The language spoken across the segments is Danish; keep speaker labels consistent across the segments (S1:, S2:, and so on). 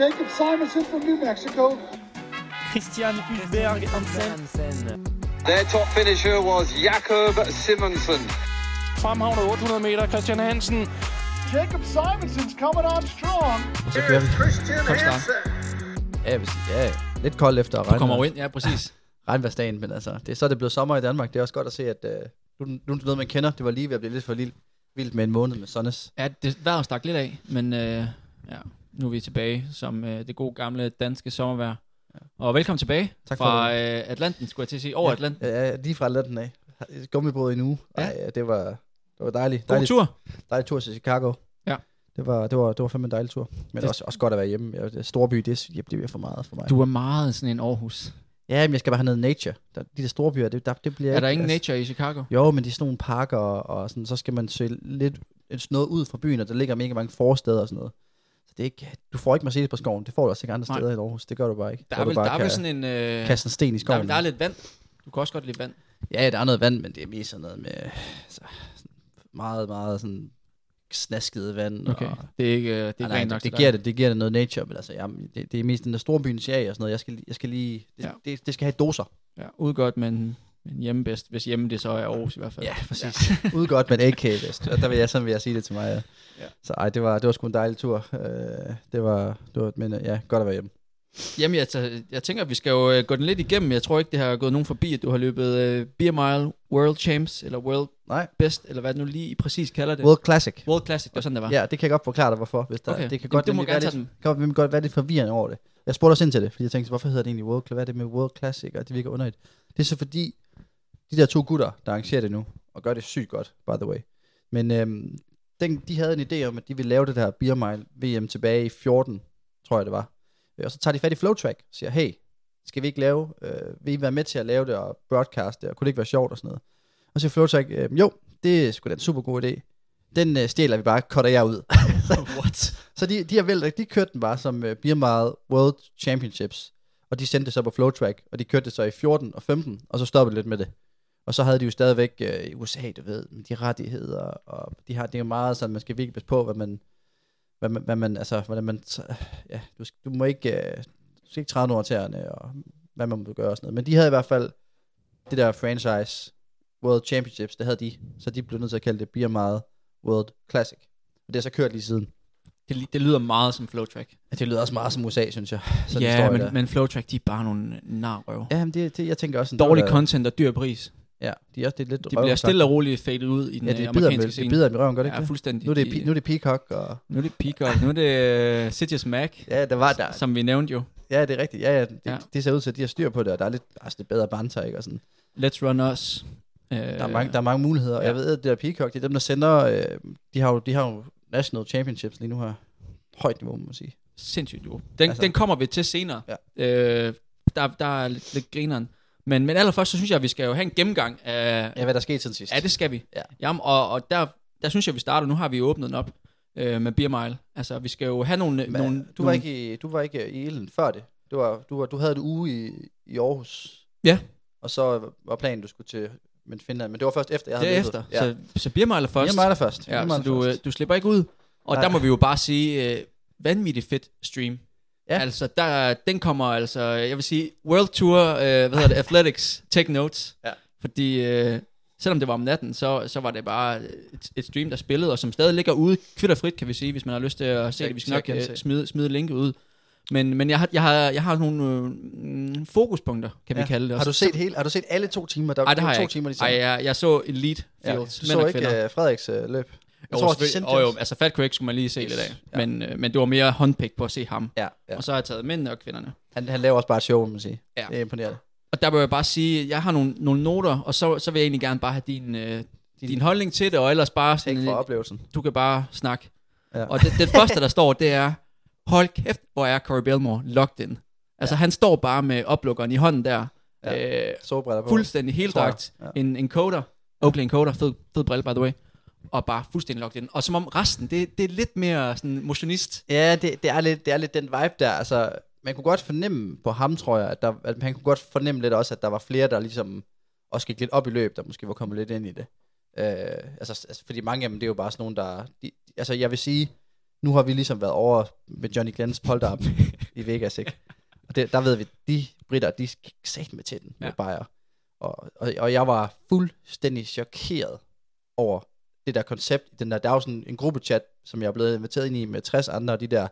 S1: Jacob Simonson from New Mexico.
S2: Christian Hulberg Hansen.
S3: Their top finisher was Jakob Simonsen.
S2: Fremhavner 800 meter, Christian Hansen.
S1: Jacob Simonson's coming on strong.
S4: Og så kører vi.
S3: Christian
S4: Kold start. Ja, jeg vil sige, ja, ja. lidt koldt efter
S5: Du
S4: regn,
S5: kommer jo ind, ja, præcis.
S4: regnværsdagen, men altså, det, er så er det blevet sommer i Danmark. Det er også godt at se, at øh, nu, nu er det noget, man kender. Det var lige ved at blive lidt for lille, vildt med en måned med Sonnes.
S5: Ja, det vejret stak lidt af, men øh, ja, nu er vi tilbage som øh, det gode gamle danske sommervejr. Og velkommen tilbage
S4: Tak for
S5: fra øh, Atlanten, skulle jeg til at sige. Over Atlanten.
S4: Ja, ja, lige fra Atlanten af. Gummibrød i en uge. Ja. Ej, det var, det var dejligt.
S5: God
S4: Dejlig,
S5: tur.
S4: dejlig tur til Chicago.
S5: Ja.
S4: Det var, det var, det var fandme en dejlig tur. Men
S5: Det-
S4: det... også, også godt at være hjemme. Jeg- det- Storby, det, sy- det bliver for meget for mig.
S5: Du er meget sådan en Aarhus.
S4: Ja, men jeg skal bare have noget nature. Der, de der store byer, det, der, det bliver
S5: Er der
S4: ikke-
S5: ingen
S4: altså-
S5: nature i Chicago?
S4: Jo, men de er sådan nogle parker, og, og sådan, så skal man søge lidt sådan noget ud fra byen, og der ligger mega mange forsteder og sådan noget. Så det er ikke, du får ikke Mercedes på skoven, det får du også ikke andre
S5: Nej.
S4: steder i Aarhus. Det gør du bare ikke.
S5: Der
S4: Hvor
S5: er vel,
S4: du bare
S5: der er
S4: kan
S5: vel sådan en... Øh, der,
S4: kaste en sten i
S5: er,
S4: skoven.
S5: der er lidt vand. Du kan også godt lide vand.
S4: Ja, der er noget vand, men det er mest sådan noget med så, sådan meget, meget sådan snasket vand.
S5: Okay.
S4: Og,
S5: Det er ikke, øh, det er
S4: det,
S5: ikke
S4: nej,
S5: rent nok
S4: det,
S5: til
S4: det,
S5: dig.
S4: giver det, det giver det noget nature, men altså, jeg, det, det, er mest den der store byens serie og sådan noget. Jeg skal, lige- jeg skal lige, det,
S5: Ja.
S4: ja. det, det, skal have doser.
S5: Ja, udgået, men, men hjemme bedst, hvis hjemme det så er Aarhus i hvert fald.
S4: præcis. Ja. Ud godt, men ikke vest. Og der vil jeg, sådan vil jeg sige det til mig. Ja.
S5: Ja.
S4: Ja. Så ej, det var, det var sgu en dejlig tur. Øh, det var, det var, men øh, ja, godt at være hjemme.
S5: Jamen, jeg, tæ- jeg tænker, at vi skal jo øh, gå den lidt igennem. Jeg tror ikke, det har gået nogen forbi, at du har løbet øh, Beer Mile World Champs, eller World
S4: Nej.
S5: Best, eller hvad du nu lige præcis kalder det.
S4: World Classic.
S5: World Classic, det var sådan, det var.
S4: Ja, det kan jeg godt forklare dig, hvorfor. Hvis der,
S5: Okay.
S4: Det kan
S5: Jamen,
S4: godt,
S5: du må
S4: nemlig
S5: gerne
S4: være
S5: tage
S4: lidt, kan godt- nemlig godt være lidt forvirrende over det. Jeg spurgte også ind til det, fordi jeg tænkte, hvorfor hedder det egentlig World Classic? Hvad er det med World Classic? Og det virker underligt. Det er så fordi, de der to gutter, der arrangerer det nu, og gør det sygt godt, by the way. Men øhm, den, de havde en idé om, at de ville lave det der Beer Mile VM tilbage i 14, tror jeg det var. Øh, Og så tager de fat i Flowtrack og siger, hey, skal vi ikke lave, øh, vil I være med til at lave det og broadcast det, og kunne det ikke være sjovt og sådan noget. Og så siger Flowtrack, øh, jo, det er sgu da en super god idé. Den øh, stjæler vi bare, cutter jeg ud.
S5: What?
S4: Så de, de har valgt, de kørte den bare som uh, Birmaet World Championships, og de sendte det så på Flowtrack, og de kørte det så i 14 og 15, og så stoppede de lidt med det. Og så havde de jo stadigvæk øh, i USA, du ved, med de rettigheder, og de har, det er jo meget sådan, man skal virkelig passe på, hvad man, hvad man, hvad man altså, hvordan man, t- ja, du, skal- du må ikke, øh, du skal ikke træde over tæerne, og hvad man må gøre og sådan noget. Men de havde i hvert fald det der franchise World Championships, det havde de, så de blev nødt til at kalde det Birmaet World Classic. Og det har så kørt lige siden.
S5: ligesom- Det, ly- det lyder meget som Flowtrack.
S4: Ja, Altså, det lyder også meget som USA, synes jeg. Sådan en
S5: Ja,
S4: historie
S5: men,
S4: der.
S5: men Flowtrack, de er bare nogle narrøv. Ja.
S4: Ja, men det, det, jeg tænker også... sådan,
S5: Dårlig
S4: det var da-
S5: content og dyr pris.
S4: Ja, de er også det er lidt
S5: De bliver stille og roligt fadet ud i den
S4: Ja, det
S5: øh,
S4: bider,
S5: amerikanske
S4: med,
S5: scene.
S4: det bider dem i røven, gør det
S5: ja,
S4: ikke det?
S5: fuldstændig.
S4: Nu er det,
S5: De-
S4: pi- nu er det Peacock, og...
S5: nu er det Peacock, nu er det uh, Sitges Mac,
S4: Ja, der var der.
S5: som vi nævnte jo.
S4: Ja, det er rigtigt. Ja, ja, det,
S5: Ja.
S4: ja. det ser ud til, at de har styr på det, og der er lidt altså, det er bedre banter, ikke? Og sådan.
S5: Let's Run Us. Uh, der
S4: Der, er mange, der er mange muligheder, og
S5: ja.
S4: jeg ved, at det der Peacock, det er dem, der sender... Øh, de, har jo, de har jo national championships lige nu her. Højt niveau, må man sige.
S5: sindssygt jo. Den, altså,
S4: Altså-
S5: den kommer vi til senere. Ja. Øh, der, der er lidt, lidt grineren. Men, men allerførst, så synes jeg, at vi skal jo have en gennemgang af...
S4: Ja,
S5: Ja,
S4: hvad der skete siden sidst.
S5: ja det skal vi.
S4: Ja.
S5: Jamen, og, og der, der synes jeg, vi starter. Nu har vi åbnet den op øh, med Beer Mile. Altså, vi skal jo have nogle...
S4: Men,
S5: nogle
S4: du, var
S5: nogle,
S4: ikke i, du var ikke i Elen før det. Du, var, du, var, du havde et uge i, i Aarhus.
S5: Ja.
S4: Og så var planen, du skulle til men Finland. Men det var først efter, jeg havde
S5: Derefter.
S4: løbet.
S5: Ja.
S4: Ja.
S5: Så, så Beer Mile er først.
S4: First. Jeg er mig der først. Jeg
S5: Ja,
S4: er
S5: så
S4: mig der
S5: du, øh,
S4: først.
S5: du slipper ikke ud. Og Nej.
S4: Nej.
S5: der må vi jo bare sige, øh, vanvittigt fedt stream. Ja.
S4: Ja.
S5: Altså, der, den kommer altså, jeg vil sige, World Tour, øh, hvad hedder det, Athletics, take notes.
S4: Ja.
S5: Fordi øh, selvom det var om natten, så, så var det bare et, et stream, der spillede, og som stadig ligger ude kvitterfrit, kan vi sige, hvis man har lyst til at se
S4: Check-
S5: det. Vi skal
S4: check
S5: nok øh,
S4: gense.
S5: smide, smide linket ud. Men, men jeg, har, jeg, har, jeg har nogle øh, mm, fokuspunkter, kan ja. vi kalde det.
S4: Har
S5: Og
S4: du
S5: så-
S4: set hele, har du set alle to timer? Der
S5: Ej,
S4: var
S5: det har
S4: to
S5: jeg ikke.
S4: timer de
S5: Ej,
S4: sendte.
S5: jeg, jeg så Elite
S4: Ja.
S5: Fields.
S4: Du
S5: mænd
S4: så
S5: og
S4: ikke
S5: kvinder.
S4: øh, Frederiks øh, løb.
S5: Jo,
S4: Jeg tror også, de
S5: selvfølgelig.
S4: sendte
S5: jo, jo,
S4: det.
S5: altså Fat Craig skulle man lige se lidt af.
S4: Ja.
S5: Men, øh, men det var mere håndpæk på at se ham.
S4: Ja,
S5: Ja.
S4: ja.
S5: Og så har jeg taget mændene og kvinderne.
S4: Han, han laver også bare et show, må man sige.
S5: Ja.
S4: Det er imponerende.
S5: Og der vil jeg bare sige, at jeg har nogle, nogle noter, og så, så vil jeg egentlig gerne bare have din, øh, din, din holdning til det, og ellers bare
S4: Tænk
S5: sådan,
S4: for
S5: øh,
S4: oplevelsen.
S5: du kan bare snakke.
S4: Ja.
S5: Og det, det første, der står, det er, hold kæft, hvor er Corey Belmore locked in. Altså han står bare med oplukkeren i hånden der, ja. øh,
S4: Solbriller på.
S5: fuldstændig heldragt,
S4: tror jeg.
S5: ja. en, en coder, Oakley en coder, fed, fed brille by the way, og bare fuldstændig locked in. Og som om resten, det, det er lidt mere sådan motionist.
S4: Ja, det, det, er lidt, det er lidt den vibe der. Altså, man kunne godt fornemme på ham, tror jeg, at, der, at han kunne godt fornemme lidt også, at der var flere, der ligesom også gik lidt op i løb, der måske var kommet lidt ind i det. Øh, altså, altså, fordi mange af dem, det er jo bare sådan nogen, der... De, altså, jeg vil sige, nu har vi ligesom været over med Johnny Glens polterappen i Vegas, ikke? Og det, der ved vi, de britter, de gik sat med til den med
S5: Ja.
S4: ja. Bayer. Og, og, og jeg var fuldstændig chokeret over det der koncept. Den der, der er jo sådan en gruppechat, som jeg er blevet inviteret ind i med 60 andre af de der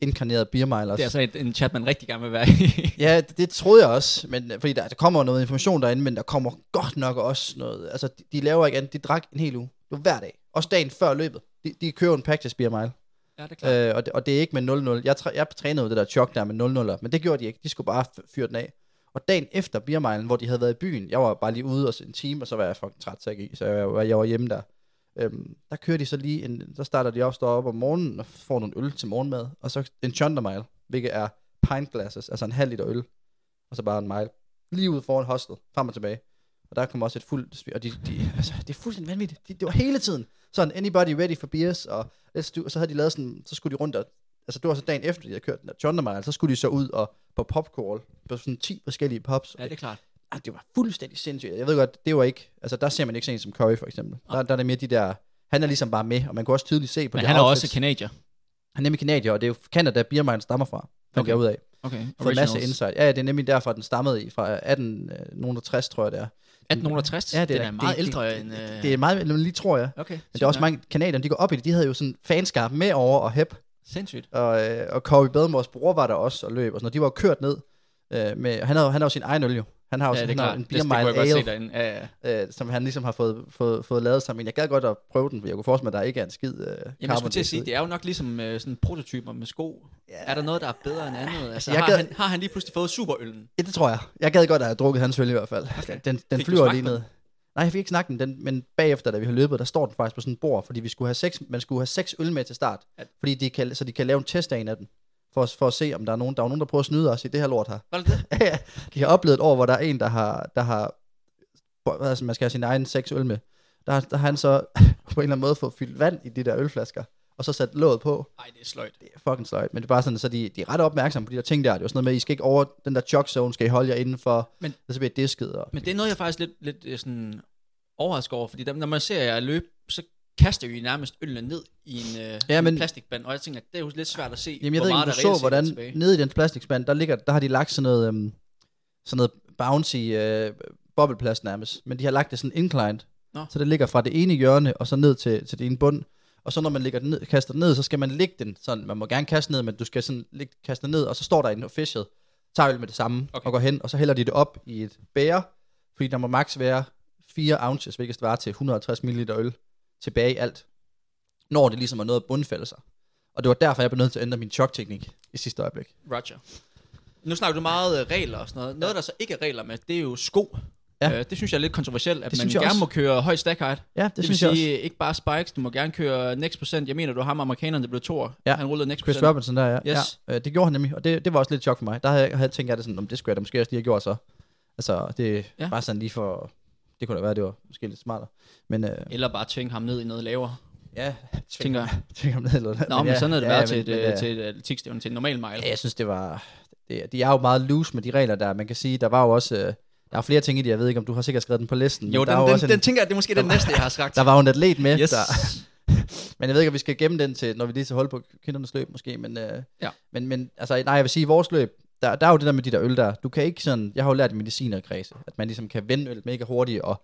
S4: inkarnerede beermilers.
S5: Det er altså et, en chat, man rigtig gerne vil være i.
S4: Ja, det, det troede jeg også, men øh, fordi der, der kommer noget information derinde, men der kommer godt nok også noget. Altså, de, de laver ikke andet, de drak en hel uge. Det var hver dag. Også dagen før løbet. De, de kører en practice beer mile,
S5: ja, det er klart.
S4: øh, og, det, og det er ikke med 0-0. Jeg, træ, jeg trænede jo det der chok der med 0-0'er, men det gjorde de ikke. De skulle bare f- fyre den af. Og dagen efter beer milen, hvor de havde været i byen, jeg var bare lige ude og s- en time, og så var jeg fucking træt, så jeg, gik, så jeg, var- jeg var hjemme der. Øhm, der kører de så lige, en, der starter de op, står op om morgenen og får nogle øl til morgenmad, og så en chundermile, hvilket er pint glasses, altså en halv liter øl, og så bare en mile, lige ud foran hostel, frem og tilbage. Og der kom også et fuldt, svi- og de, de, altså, det er fuldstændig vanvittigt, de, det var hele tiden, sådan anybody ready for beers, og, let's do- og så havde de lavet sådan, så skulle de rundt og, altså det var så dagen efter, de havde kørt den der chundermile, så skulle de så ud og på popcorn, på sådan 10 forskellige pops,
S5: Ja, det er klart.
S4: Ah, det var fuldstændig sindssygt. Jeg ved godt, det var ikke... Altså, der ser man ikke sådan en som Curry, for eksempel. Der, der er det mere de der... Han er ligesom bare med, og man kunne også tydeligt se på
S5: Men
S4: de
S5: han er
S4: outfits.
S5: også kanadier.
S4: Han er nemlig kanadier, og det er jo Canada, Beer Mine stammer fra. Fandt
S5: Okay.
S4: okay. jeg ud af.
S5: Okay,
S4: For en masse insight. Ja, ja, det er nemlig derfor, den stammede i fra øh, 1860, tror jeg, det er.
S5: 1860?
S4: Ja,
S5: Den
S4: da-
S5: er meget ældre
S4: det,
S5: end, øh,
S4: Det, det er meget, men lige tror jeg.
S5: Okay.
S4: Men der er også mange kanadier, de går op i det. De havde jo sådan fanskab med over og hæb.
S5: Sindssygt.
S4: Og, øh, og Corey Badmores bror var der også og løb. Og sådan, noget. de var jo kørt ned. Øh, med, han, havde, han har jo sin egen øl, jo. Han har jo
S5: Ja, det
S4: sådan
S5: er klart.
S4: en
S5: det,
S4: Beer
S5: det kunne jeg
S4: Mile
S5: godt
S4: Ale
S5: se derinde. Ja, ja.
S4: øh, som han ligesom har fået, fået, fået lavet sammen. Men jeg gad godt at prøve den, for jeg kunne forestille mig, at der ikke er en skid øh,
S5: Jamen, jeg skulle til at sige, det er jo nok ligesom øh, sådan prototyper med sko. Er der noget, der er bedere end andet? Altså,
S4: Jeg
S5: har,
S4: gad-
S5: han, har han lige pludselig fået superøllen?
S4: Ja, det tror jeg. Jeg gad godt at have drukket hans øl i hvert fald. Okay. Den, den
S5: Fik du
S4: flyver
S5: smagt
S4: lige
S5: på
S4: ned. Nej, jeg fik ikke snakket den, men bagefter, da vi har løbet, der står den faktisk på sådan et bord, fordi vi skulle have seks, man skulle have seks øl med til start,
S5: Ja.
S4: fordi de kan, så de kan lave en test af en af dem, for, at- for at se, om der er nogen, der er nogen, der prøver at snyde os i det her lort her.
S5: Var det det?
S4: de har oplevet et år, hvor der er en, der har, der har hvor- altså man skal have sin egen seks øl med, der, har- der har han så på en eller anden måde fået fyldt vand i de der ølflasker, og så sat låget på.
S5: Nej, det er sløjt.
S4: Det er fucking sløjt, men det er bare sådan, så de, de er ret opmærksomme på de der ting der. Det er jo sådan noget med, I skal ikke over den der chok zone, skal I holde jer indenfor,
S5: Men-
S4: men, så bliver det disket. Og,
S5: Men det er noget, jeg faktisk lidt, lidt øh, sådan overrasket over, fordi dem, når man ser jer løbe, så kaster I nærmest øllen ned i en, øh, ja, men,
S4: men-
S5: en plastikband, og jeg tænker, det er jo lidt svært at se,
S4: Jamen jeg
S5: hvor
S4: ved ikke,
S5: meget
S4: om du
S5: der reelt
S4: så,
S5: set er
S4: hvordan
S5: tilbage.
S4: nede i den plastikspand, der, ligger, der har de lagt sådan noget, øhm, sådan noget bouncy øh, bobleplast nærmest, men de har lagt det sådan inclined,
S5: Nå.
S4: så det ligger fra det ene hjørne og så ned til, til det ene bund, og så når man ligger den ned, kaster den ned, så skal man lægge den sådan, man må gerne kaste ned, men du skal sådan ligge, kaste den ned, og så står der en og fishet, tager øl med det samme
S5: Okay.
S4: okay. og går hen, og så hælder de det op i et bære, fordi der må maks være 4 ounces, hvilket svarer til 150 ml øl tilbage i alt, når det ligesom er noget at bundfælde sig. Og det var derfor, jeg blev nødt til at ændre min chokteknik i sidste øjeblik.
S5: Roger. Nu snakker du meget øh, regler og sådan noget. Noget, der så ikke er regler med, det er jo sko.
S4: Ja.
S5: Øh, det synes jeg er lidt kontroversielt, at
S4: Det
S5: man
S4: synes jeg
S5: gerne
S4: også.
S5: må køre høj stack height.
S4: Ja, det,
S5: Det,
S4: det
S5: vil
S4: synes jeg også.
S5: sige, ikke bare spikes, du må gerne køre next percent. Jeg mener, du har ham amerikaneren, der blev toer.
S4: Ja.
S5: Han rullede next
S4: Chris
S5: percent.
S4: Robinson der, ja.
S5: Yes.
S4: ja øh, det gjorde han nemlig, og det, det var også lidt chok for mig. Der havde, jeg- havde tænkt jeg det sådan, om det skulle jeg da måske også lige have gjort så. Altså, det
S5: Ja.
S4: ja. bare sådan lige for... Det kunne da være, det var måske lidt smartere. Men øh,
S5: Eller bare tvinge ham ned i noget lavere,
S4: ja,
S5: tænker jeg.
S4: tænker om det eller noget.
S5: Nå, men,
S4: ja,
S5: sådan havde det
S4: ja,
S5: været
S4: men-
S5: til,
S4: men,
S5: et, øh,
S4: øh,
S5: til et atletikstævne, til en normal mile.
S4: Ja, jeg synes, det var... Det, de er jo meget loose med de regler der. Man kan sige, der var jo også... Øh, der er flere ting i det, jeg ved ikke, om du har sikkert skrevet den på listen.
S5: jo,
S4: men der
S5: den,
S4: er
S5: den,
S4: også
S5: den, den, tænker jeg, det er måske den næste, jeg har sagt.
S4: Der var jo en atlet med,
S5: yes.
S4: yes. der, men jeg ved ikke, om vi skal gemme den til, når vi lige så hold på kindernes løb måske, men, øh,
S5: Ja.
S4: men, men altså, nej, jeg vil sige, i vores løb, der, der er jo det der med de der øl der, du kan ikke sådan, jeg har jo lært i medicinerkredse, at man ligesom kan vende øl mega hurtigt, og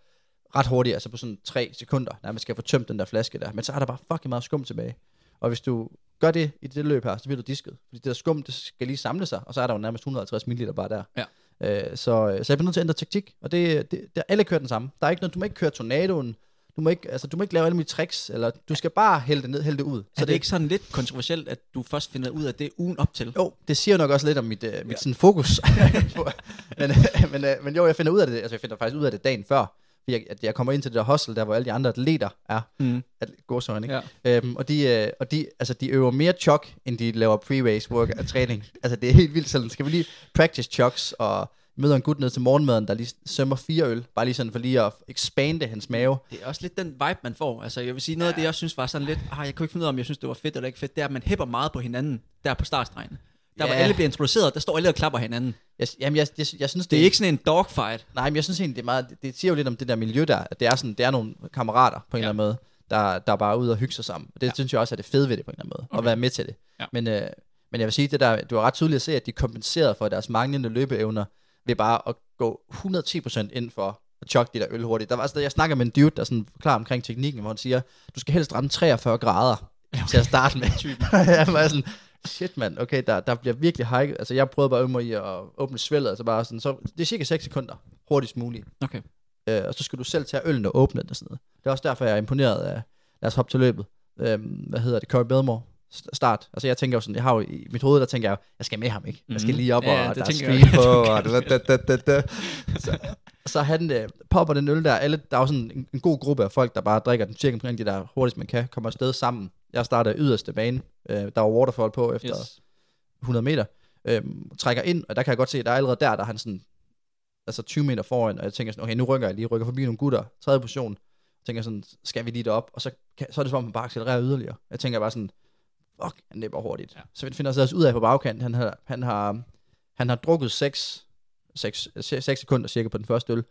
S4: ret hurtigt, altså på sådan tre sekunder, når man skal få tømt den der flaske der, men så er der bare fucking meget skum tilbage. Og hvis du gør det i det løb her, så bliver du disket, fordi det der skum, det skal lige samle sig, og så er der jo nærmest 150 ml bare der.
S5: Ja.
S4: Øh, så, så jeg bliver nødt til at ændre taktik, og det, det, der, alle kører den samme. Der er ikke noget, du må ikke køre tornadoen, du må ikke, altså, du må ikke lave alle mulige tricks, eller du skal bare hælde det ned, hælde det ud. Så
S5: Så er det ikke sådan lidt kontroversielt, at du først finder ud af det ugen op til?
S4: jo, det siger nok også lidt om mit, øh, mit sådan fokus. men, øh, men, øh, men jo, jeg finder ud af det, altså jeg finder faktisk ud af det dagen før, fordi jeg, at jeg kommer ind til det der hostel, der hvor alle de andre atleter er,
S5: Mm.
S4: at, gåsøjne, ikke? Ja. Øhm, og de, øh, og de, altså, de øver mere chok, end de laver pre-race work og træning. altså det er helt vildt sådan, skal vi lige practice choks, og møder en gut ned til morgenmaden, der lige sømmer fire øl, bare lige sådan for lige at expande hans mave.
S5: Det er også lidt den vibe, man får. Altså, jeg vil sige, noget af det, jeg synes var sådan lidt, ah, jeg kunne ikke finde ud af, om jeg synes, det var fedt eller ikke fedt, det er, at man hæpper meget på hinanden, der på startstregen. Der, hvor
S4: Ja.
S5: alle bliver introduceret, der står alle og klapper hinanden.
S4: Jeg, jamen, jeg, jeg, jeg synes,
S5: Det er ikke sådan en dogfight.
S4: Nej, men jeg synes egentlig, det er meget, det siger jo lidt om det der miljø der, at det er sådan, det er nogle kammerater på en ja. eller anden måde. der, der er bare ude og hygge sig sammen. Og det ja. synes jeg også er det fede ved det på en eller anden måde, okay. at være med til det.
S5: Ja.
S4: Men, øh, men jeg vil sige, det der, du har ret tydeligt at se, at de kompenserede for deres manglende løbeevner ved bare at gå 110% ind for at chokke de der øl hurtigt. Der var, sådan- jeg snakker med en dude, der sådan forklarer omkring teknikken, hvor han siger, du skal helst ramme 43 grader til at starte med. jeg var sådan, shit mand, okay, der, der bliver virkelig high. Altså jeg prøvede bare at øve mig i at åbne svældet, altså bare sådan, så det er cirka 6 sekunder hurtigst muligt.
S5: Okay.
S4: Øh, og så skal du selv tage øllen og åbne den og sådan noget. Det er også derfor, jeg er imponeret af, lad os hoppe til løbet. Øhm, hvad hedder det, Corey Bedmore st- start. Altså jeg tænker jo sådan, jeg har jo i mit hoved, der tænker jeg jo, jeg skal med ham, ikke? Jeg skal lige op,
S5: Mhm. Ja,
S4: og
S5: ja, det
S4: der er
S5: tænker jeg
S4: speed
S5: også.
S4: på, og da, da, da, da, da. Så, så han øh, popper den øl der. Alle, der er jo sådan en, en god gruppe af folk, der bare drikker den cirka omkring de der hurtigst man kan, kommer afsted sammen. Jeg starter yderste bane. Øh, der var waterfall på efter yes.
S5: Yes.
S4: 100 meter. Øhm, trækker ind, og der kan jeg godt se, at der er allerede der, der er han sådan, altså 20 meter foran, og jeg tænker sådan, okay, nu rykker jeg lige, rykker forbi nogle gutter, tredje position, tænker sådan, skal vi lige derop, og så, kan, så er det som om, han bare accelererer yderligere. Jeg tænker bare sådan, fuck, han næpper hurtigt. Ja. Så vi finder så også ud af på bagkanten, han har, han har, han har drukket 6, 6, 6 sekunder cirka på den første øl,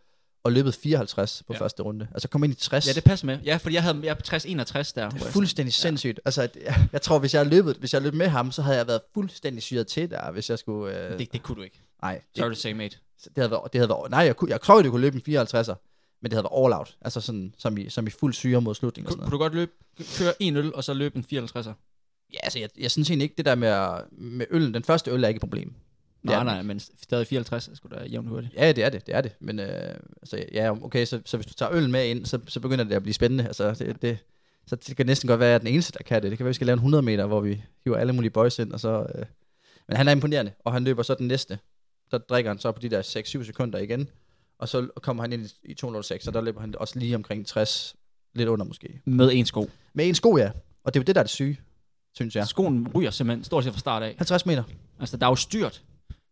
S4: og løbet 54 på ja.
S5: Ja.
S4: første runde. Altså kom ind i 60.
S5: Ja, det passer med. Ja, fordi jeg havde jeg 60-61 der.
S4: Det er fuldstændig sindssygt. Altså, at- jeg, jeg tror, hvis jeg løbet, hvis jeg løb med ham, så havde jeg været fuldstændig syret til der, hvis jeg skulle... Øh,
S5: Det, det kunne du ikke.
S4: nej,
S5: Sorry
S4: det,
S5: to say, mate.
S4: det, havde været, det havde været... Nej, jeg, kunne, jeg tror, det kunne løbe en 54'er, men det havde været all out. Altså sådan, som i, som i fuld syre mod slutningen. og
S5: Kunne,
S4: sådan
S5: kunne du godt løbe, køre en øl, og så løbe en 54'er?
S4: noget. Ja, altså, jeg, jeg synes egentlig ikke, det der med, at- med øllen, den første øl er ikke et problem. Det er
S5: Nej,
S4: den
S5: nej, men stadig 54 er sgu da jævnt hurtigt.
S4: Ja, det er det, det er det. Men øh, altså, ja, okay, så, så hvis du tager øl med ind, så, så begynder det at blive spændende. Altså, det, det, så det kan næsten godt være, at jeg er den eneste, der kan det. Det kan være, vi skal lave en 100 meter, hvor vi hiver alle mulige boys ind. Og så, øh. Men han er imponerende, og han løber så den næste. Så drikker han så på de der 6-7 sekunder igen, og så kommer han ind i, i 206, og der løber han også lige omkring 60, lidt under måske.
S5: Med en sko.
S4: Med en sko, ja. Og det er jo det, der er det syge, synes
S5: Ja.
S4: jeg.
S5: Skoen ryger simpelthen stort set fra start af.
S4: 50 meter.
S5: Altså, der er jo styrt.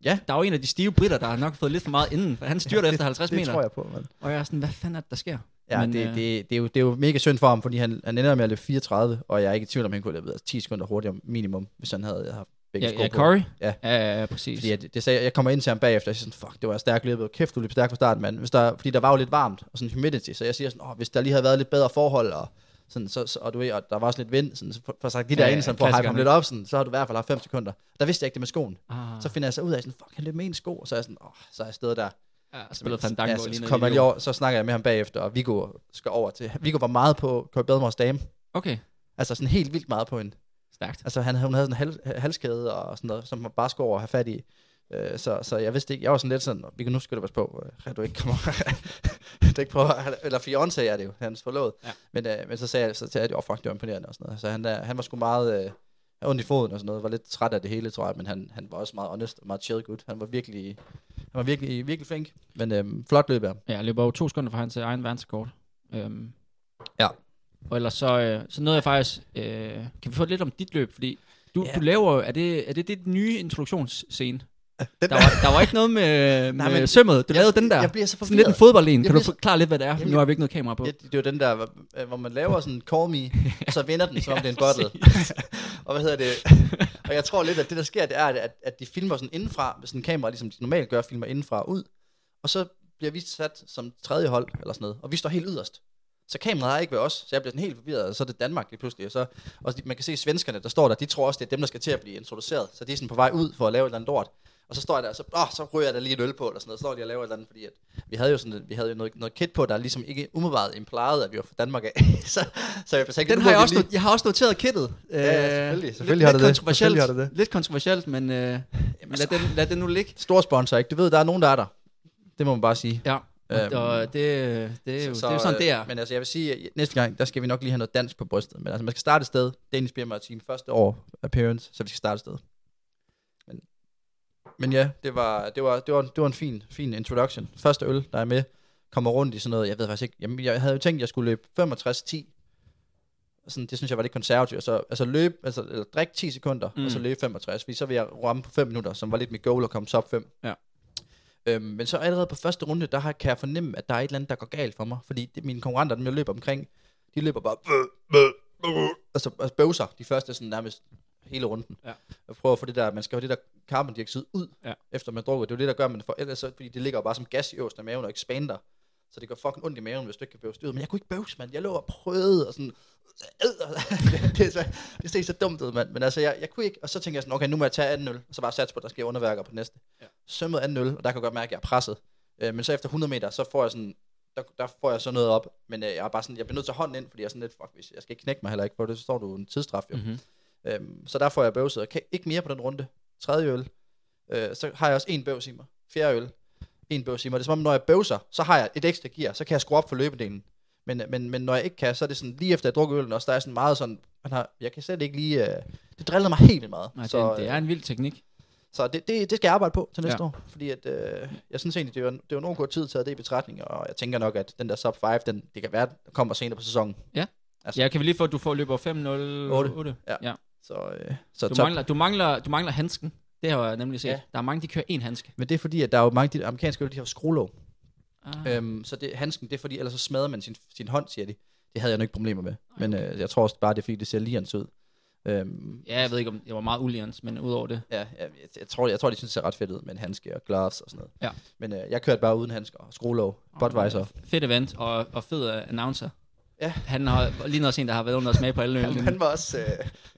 S4: Ja.
S5: Der er jo en af de stive britter, der har nok fået lidt for meget inden, for han styrter ja, efter 50
S4: det,
S5: meter.
S4: Det tror jeg på, mand.
S5: Og jeg er sådan, hvad fanden er det, der sker?
S4: Ja, men, det,
S5: øh,
S4: det, det, er jo, det er jo mega synd for ham, fordi han, han ender med at løbe 34, og jeg er ikke i tvivl om, han kunne have løbet 10 sekunder hurtigere minimum, hvis han havde haft begge
S5: Ja,
S4: sko
S5: ja,
S4: på.
S5: Corey?
S4: Ja.
S5: ja, ja præcis.
S4: Fordi jeg, det sagde, jeg kommer ind til ham bagefter, og jeg siger sådan, fuck, det var stærkt løbet. Kæft, du løb stærkt fra starten, mand. Hvis der, fordi der var jo lidt varmt, og sådan humidity, så jeg siger sådan, åh, hvis der lige havde været lidt bedre forhold, og, sådan, så, så, og, du ved, og der var også lidt vind, sådan, så for, for sagt de der
S5: Ja,
S4: ja,
S5: ja,
S4: ind, sådan, for at hype ham
S5: klassikerne.
S4: lidt op, sådan, så har du i hvert fald haft 5 sekunder. Der vidste jeg ikke det med skoen.
S5: Ah.
S4: Så finder jeg så ud af, sådan, fuck, han løb med en sko, og så er jeg sådan, åh, så er jeg stedet der.
S5: Ja, spillet Fandango
S4: Ja,
S5: lige
S4: så, så
S5: ned i
S4: kommer jeg lige
S5: låret.
S4: over, så snakker jeg med ham bagefter, og Viggo skal over til... Viggo var meget på Kåre Badmors dame.
S5: Okay,
S4: Altså sådan helt vildt meget på hende.
S5: stærkt.
S4: Altså han, hun havde sådan en hal, halskæde og sådan noget, som man bare skulle over og have fat i. Øh, så, så jeg vidste ikke, jeg var sådan lidt sådan, vi kan nu skal du passe på, øh, at du ikke kommer, at du ikke prøver, at- eller fiancé er det jo, hans forlod.
S5: Ja.
S4: Men, øh, men så sagde jeg, så sagde jeg, at det var fuck, det var imponerende og sådan noget. Så han, er, han var sgu meget øh, havde ondt i foden og sådan noget, var lidt træt af det hele, tror jeg, men han, han var også meget honest og meget chill gut. Han var virkelig, han var virkelig, virkelig flink, men øh, flot løber. han.
S5: Ja, jeg løber jo to sekunder fra hans øh, egen verdensrekord. Øhm.
S4: Ja.
S5: Og ellers så, øh, så nåede jeg faktisk... Øh, kan vi få lidt om dit løb? Fordi du,
S4: Ja.
S5: du laver jo... Er det, er det dit nye introduktionsscene? Der var, der var ikke noget med,
S4: Nej,
S5: Nej, med
S4: men
S5: sømmet. Du
S4: jeg-
S5: lavede den der.
S4: jeg bliver så
S5: Sådan lidt en
S4: forvirret.
S5: fodboldlen. Kan du
S4: bliver så-
S5: forklare lidt, hvad det er?
S4: Jamen,
S5: nu har vi ikke noget kamera på.
S4: Ja, det er jo den der, hvor- hvor man laver sådan en call me, og så vender den, som om det er en bottle. og hvad hedder det? og jeg tror lidt, at det der sker, det er, at, at de filmer sådan indenfra, med sådan en kamera, ligesom de normalt gør, filmer indenfra og ud. Og så bliver vi sat som tredje hold, eller sådan noget, og vi står helt yderst. Så kameraet er ikke ved os, så jeg bliver sådan helt forvirret, og så er det Danmark lige pludselig. Og, så, og de- man kan se svenskerne, der står der, de tror også, det er dem, der skal til at blive introduceret. Så de er sådan på vej ud for at lave et eller andet lort. Og så står jeg der, og så, åh, så ryger jeg der lige et øl på, eller sådan noget. Så står de og laver et eller andet, fordi at vi havde jo sådan, vi havde jo noget, noget kit på, der ligesom ikke umiddelbart implejede, at vi var fra Danmark af. så, så jeg tænkte,
S5: Den
S4: nu må
S5: har jeg,
S4: vi
S5: også
S4: lige-
S5: not- jeg har også noteret kittet. Øh,
S4: selvfølgelig.
S5: lidt-
S4: Selvfølgelig har
S5: lidt
S4: det det.
S5: kontroversielt.
S4: Selvfølgelig har det Altså- det.
S5: Lidt kontroversielt, men øh, lad, den, lad den nu ligge.
S4: stor sponsor, ikke? Du ved, der er nogen, der er der. Det må man bare sige.
S5: Ja,
S4: Øhm,
S5: øhm, og det, det, er jo, så, det er jo sådan,
S4: øh,
S5: det er.
S4: Men altså, jeg vil sige, at næste gang, der skal vi nok lige have noget dansk på brystet. Men altså, man skal starte et sted. Danish Beer Team første år appearance, så vi skal starte et sted. Men, men ja, det var, det var, det var, det var en fin, fin introduction. Første øl, der er med, kommer rundt i sådan noget, jeg ved faktisk ikke, jamen, jeg havde jo tænkt, at jeg skulle løbe 65-10, sådan, det synes jeg var lidt konservativt, altså, altså løb, altså, eller drikke 10 sekunder, mm. og så
S5: Mm.
S4: løbe 65, fordi så vil jeg ramme på 5 minutter, som var lidt mit goal at komme top 5.
S5: Ja.
S4: Øhm, men så allerede på første runde, der har, kan jeg fornemme, at der er et eller andet, der går galt for mig, fordi det, mine konkurrenter, dem jeg løber omkring, de løber bare, altså, altså bøvser de første sådan nærmest hele runden.
S5: Ja.
S4: Jeg prøver at få det der, man skal have det der carbondioxid ud,
S5: Ja.
S4: efter man drukker. Det er jo det, der gør, man for, ellers så, fordi det ligger jo bare som gas i øverst af maven og ekspander. Så det går fucking ondt i maven, hvis du ikke kan bøvse det ud. Men jeg kunne ikke bøvse, mand. Jeg lå og prøvede, og sådan... det, det, er så, det ser så dumt ud, mand. Men altså, jeg, jeg kunne ikke... Og så tænkte jeg sådan, okay, nu må jeg tage 2-0, og så bare satse på, at der sker underværker på den næste. Ja. Sømmet 2-0, og der kan jeg godt mærke, at jeg er presset. Øh, men så efter 100 meter, så får jeg sådan... Der, der får jeg så noget op, men øh, jeg er bare sådan, jeg bliver nødt til at hånden ind, fordi jeg er sådan lidt, fuck, hvis jeg skal ikke knække mig heller ikke, for det, så står du en tidsstraf jo.
S5: Mhm.
S4: Mm-hmm. Øhm, så der får jeg bøvset, okay, ikke mere på den runde. Tredje øl, øh, så har jeg også en bøvs i mig. Fjerde øl, en bøvs i mig. Det er som om, når jeg bøvser, så har jeg et ekstra gear, så kan jeg skrue op for løbedelen. Men, øh, men, men når jeg ikke kan, så er det sådan, lige efter jeg drukker øllen også, der er sådan meget sådan, man har, jeg kan slet ikke lige, øh, det driller mig helt vildt meget.
S5: Nej,
S4: så,
S5: så, det er en vild teknik.
S4: så det, det, det, skal jeg arbejde på til næste
S5: Ja.
S4: år, fordi at, øh, jeg synes egentlig, det var, det var nogen god tid til at det i betragtning, og jeg tænker nok, at den der sub 5, den, det kan være, den kommer senere på sæsonen.
S5: Ja, kan vi lige få, at du får løber 5-0?
S4: Altså- Otte.
S5: 8.
S4: Ja.
S5: Ja. ja.
S4: Så, øh, så
S5: Du,
S4: top.
S5: mangler, du, mangler, du mangler handsken. Det har jeg nemlig set.
S4: Ja.
S5: Ja. Der er mange, de kører én handske.
S4: Men det er fordi, at der er jo mange af de amerikanske øl, de har skruelåg.
S5: Ah.
S4: Øhm, så det, handsken, det er fordi, ellers så smadrer man sin, sin hånd, siger de. Det havde jeg nok ikke problemer med. Men øh, jeg tror også bare, det er fordi, det ser lirens ud. Øhm,
S5: Ja, jeg ved ikke, om det var meget ulians, men udover det.
S4: ja, ja jeg, jeg, tror, jeg tror, de synes, det ser ret fedt ud med en handske og gloves og sådan noget.
S5: Ja.
S4: Men øh, jeg kørte bare uden handsker og skruelåg. Budweiser.
S5: Fedt event og, og fed øh, announcer.
S4: Ja.
S5: Han har ligner også en, der har været under at smage på alle øl.
S4: Han, var også, øh,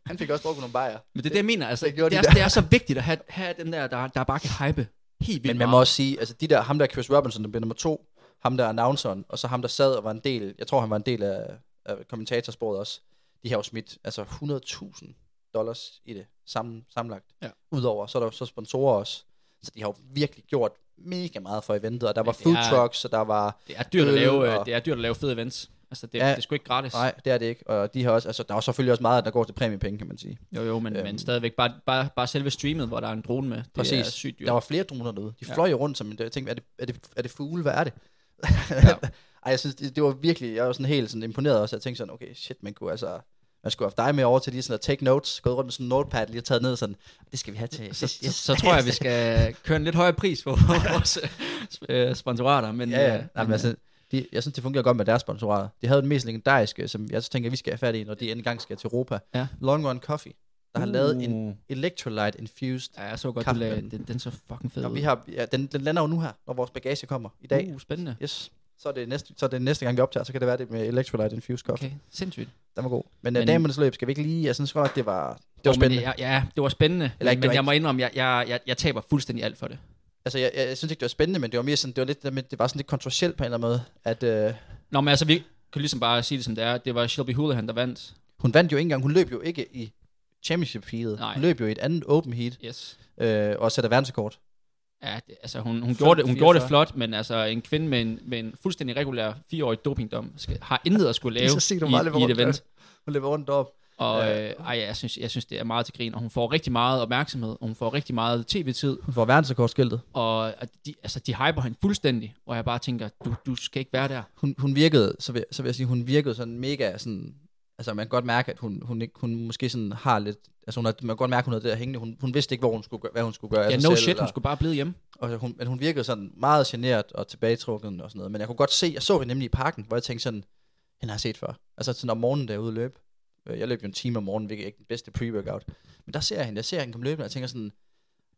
S4: han fik også brugt nogle bajer.
S5: Men det er det, jeg mener. Altså,
S4: det
S5: det,
S4: gjorde
S5: det,
S4: de
S5: er,
S4: der.
S5: det er så vigtigt at have, have dem der, der, der bare kan hype helt vildt
S4: Men man må
S5: meget.
S4: også sige, altså de der, ham der Chris Robinson, der blev nummer to, ham der announceren, og så ham der sad og var en del, jeg tror han var en del af, af kommentatorsporet også, de har jo smidt altså 100.000 dollars i det sammen, sammenlagt.
S5: Ja.
S4: Udover, så er der jo så sponsorer også. Så de har jo virkelig gjort mega meget for eventet, og der var
S5: det
S4: food
S5: er-
S4: trucks, og der var...
S5: Det er dyrt at
S4: øl,
S5: lave,
S4: og-
S5: øh, det er dyrt at lave fede events. Altså, det,
S4: Ja.
S5: ja. det er sgu ikke gratis.
S4: Nej, det er det ikke. Og de har også, altså, der er jo selvfølgelig også meget, der går til præmiepenge, kan man sige.
S5: Jo, jo, men,
S4: Øhm.
S5: øhm. men stadigvæk. Bare, bare, bare selve streamet, hvor der er en drone med. Det
S4: Præcis.
S5: er sygt dyrt.
S4: Der var flere droner derude. De
S5: Ja.
S4: fløj jo rundt som en... Jeg tænkte, er det, er det, er det fugle? Hvad er det? ja. Ej, jeg synes, det, det, var virkelig... Jeg var sådan helt sådan imponeret også. Jeg tænkte sådan, okay, shit, man kunne altså... Man skulle have haft dig med over til lige sådan at take notes, gået rundt med sådan en notepad, lige og taget ned sådan, det skal vi have til.
S5: så, så, så tror jeg, vi skal køre en lidt højere pris på vores øh, sponsorater. Men,
S4: ja,
S5: øh,
S4: ja. Nej, men altså, de, jeg synes, det fungerer godt med deres sponsorater. De havde den mest legendariske, som jeg så tænker, vi skal have fat i, når de engang skal til Europa.
S5: øh, Ja.
S4: Long Run Coffee, der har
S5: Uh.
S4: lavet en electrolyte infused
S5: Ja, jeg så godt, du
S4: Kaffe.
S5: lagde, den, den så fucking fed
S4: Nå,
S5: ud.
S4: vi har, ja, den, den lander jo nu her, når vores bagage kommer i dag.
S5: Uh, spændende.
S4: Yes. Så er det næste, så er det næste gang, vi optager, så kan det være det med Electrolyte Infused Coffee. Okay.
S5: Okay, sindssygt.
S4: Den var god. Men, men
S5: Men-
S4: damernes løb skal vi ikke lige... Jeg synes godt, det var, det var
S5: Jo, men
S4: spændende. Jeg,
S5: Ja, ja, det var spændende.
S4: Eller ikke, det
S5: men
S4: var
S5: jeg må indrømme, jeg, jeg, jeg, jeg taber fuldstændig alt for det.
S4: altså, jeg, jeg, jeg, synes ikke, det var spændende, men det var mere sådan, det var lidt, det med- det var sådan lidt kontroversielt på en eller anden måde, at øh,
S5: Nå, men altså, vi kan ligesom bare sige det, som det er. Det var Shelby Houlihan, der vandt.
S4: hun vandt jo ikke engang. Hun løb jo ikke i championship heatet.
S5: Nej.
S4: Hun løb jo i et andet open heat
S5: Yes.
S4: øh, og sætter verdensrekord.
S5: Ja, det, altså, hun, hun,
S4: Fem,
S5: gjorde det, hun
S4: fire,
S5: gjorde det
S4: så.
S5: flot, men altså, en kvinde med en, med en fuldstændig regulær fireårig dopingdom skal, har intet at skulle lave
S4: så sygt, hun bare løber
S5: i, i et
S4: rundt.
S5: event.
S4: Hun løber rundt op.
S5: Og øh, ej, jeg synes, jeg synes, det er meget til grin, og hun får rigtig meget opmærksomhed, og hun får rigtig meget tv-tid,
S4: Hun får verdensrekordskiltet.
S5: og at de, altså, de hyper hende fuldstændig, og jeg bare tænker, du, du skal ikke være der.
S4: Hun, hun virkede, så vil, så vil jeg sige, hun virkede sådan mega sådan... Altså, man kan godt mærke, at hun, hun, ikke, hun måske sådan har lidt... Altså, hun har, man kan godt mærke, hun havde det der hængende. Hun, hun vidste ikke, hvor hun skulle, gøre- hvad hun skulle gøre. af
S5: Ja,
S4: sig
S5: no
S4: selv,
S5: shit,
S4: eller-
S5: hun skulle bare blive hjemme.
S4: Og så hun, men hun virkede sådan meget generet og tilbagetrukken og sådan noget. Men jeg kunne godt se, jeg så hende nemlig i parken, hvor jeg tænkte sådan, hende har jeg set før. Altså sådan om morgenen, da jeg er ude at løbe. Øh, Jeg løb jo en time om morgenen, hvilket er ikke den bedste pre-workout. Men der ser jeg hende, jeg ser hende komme løbende, og jeg tænker sådan,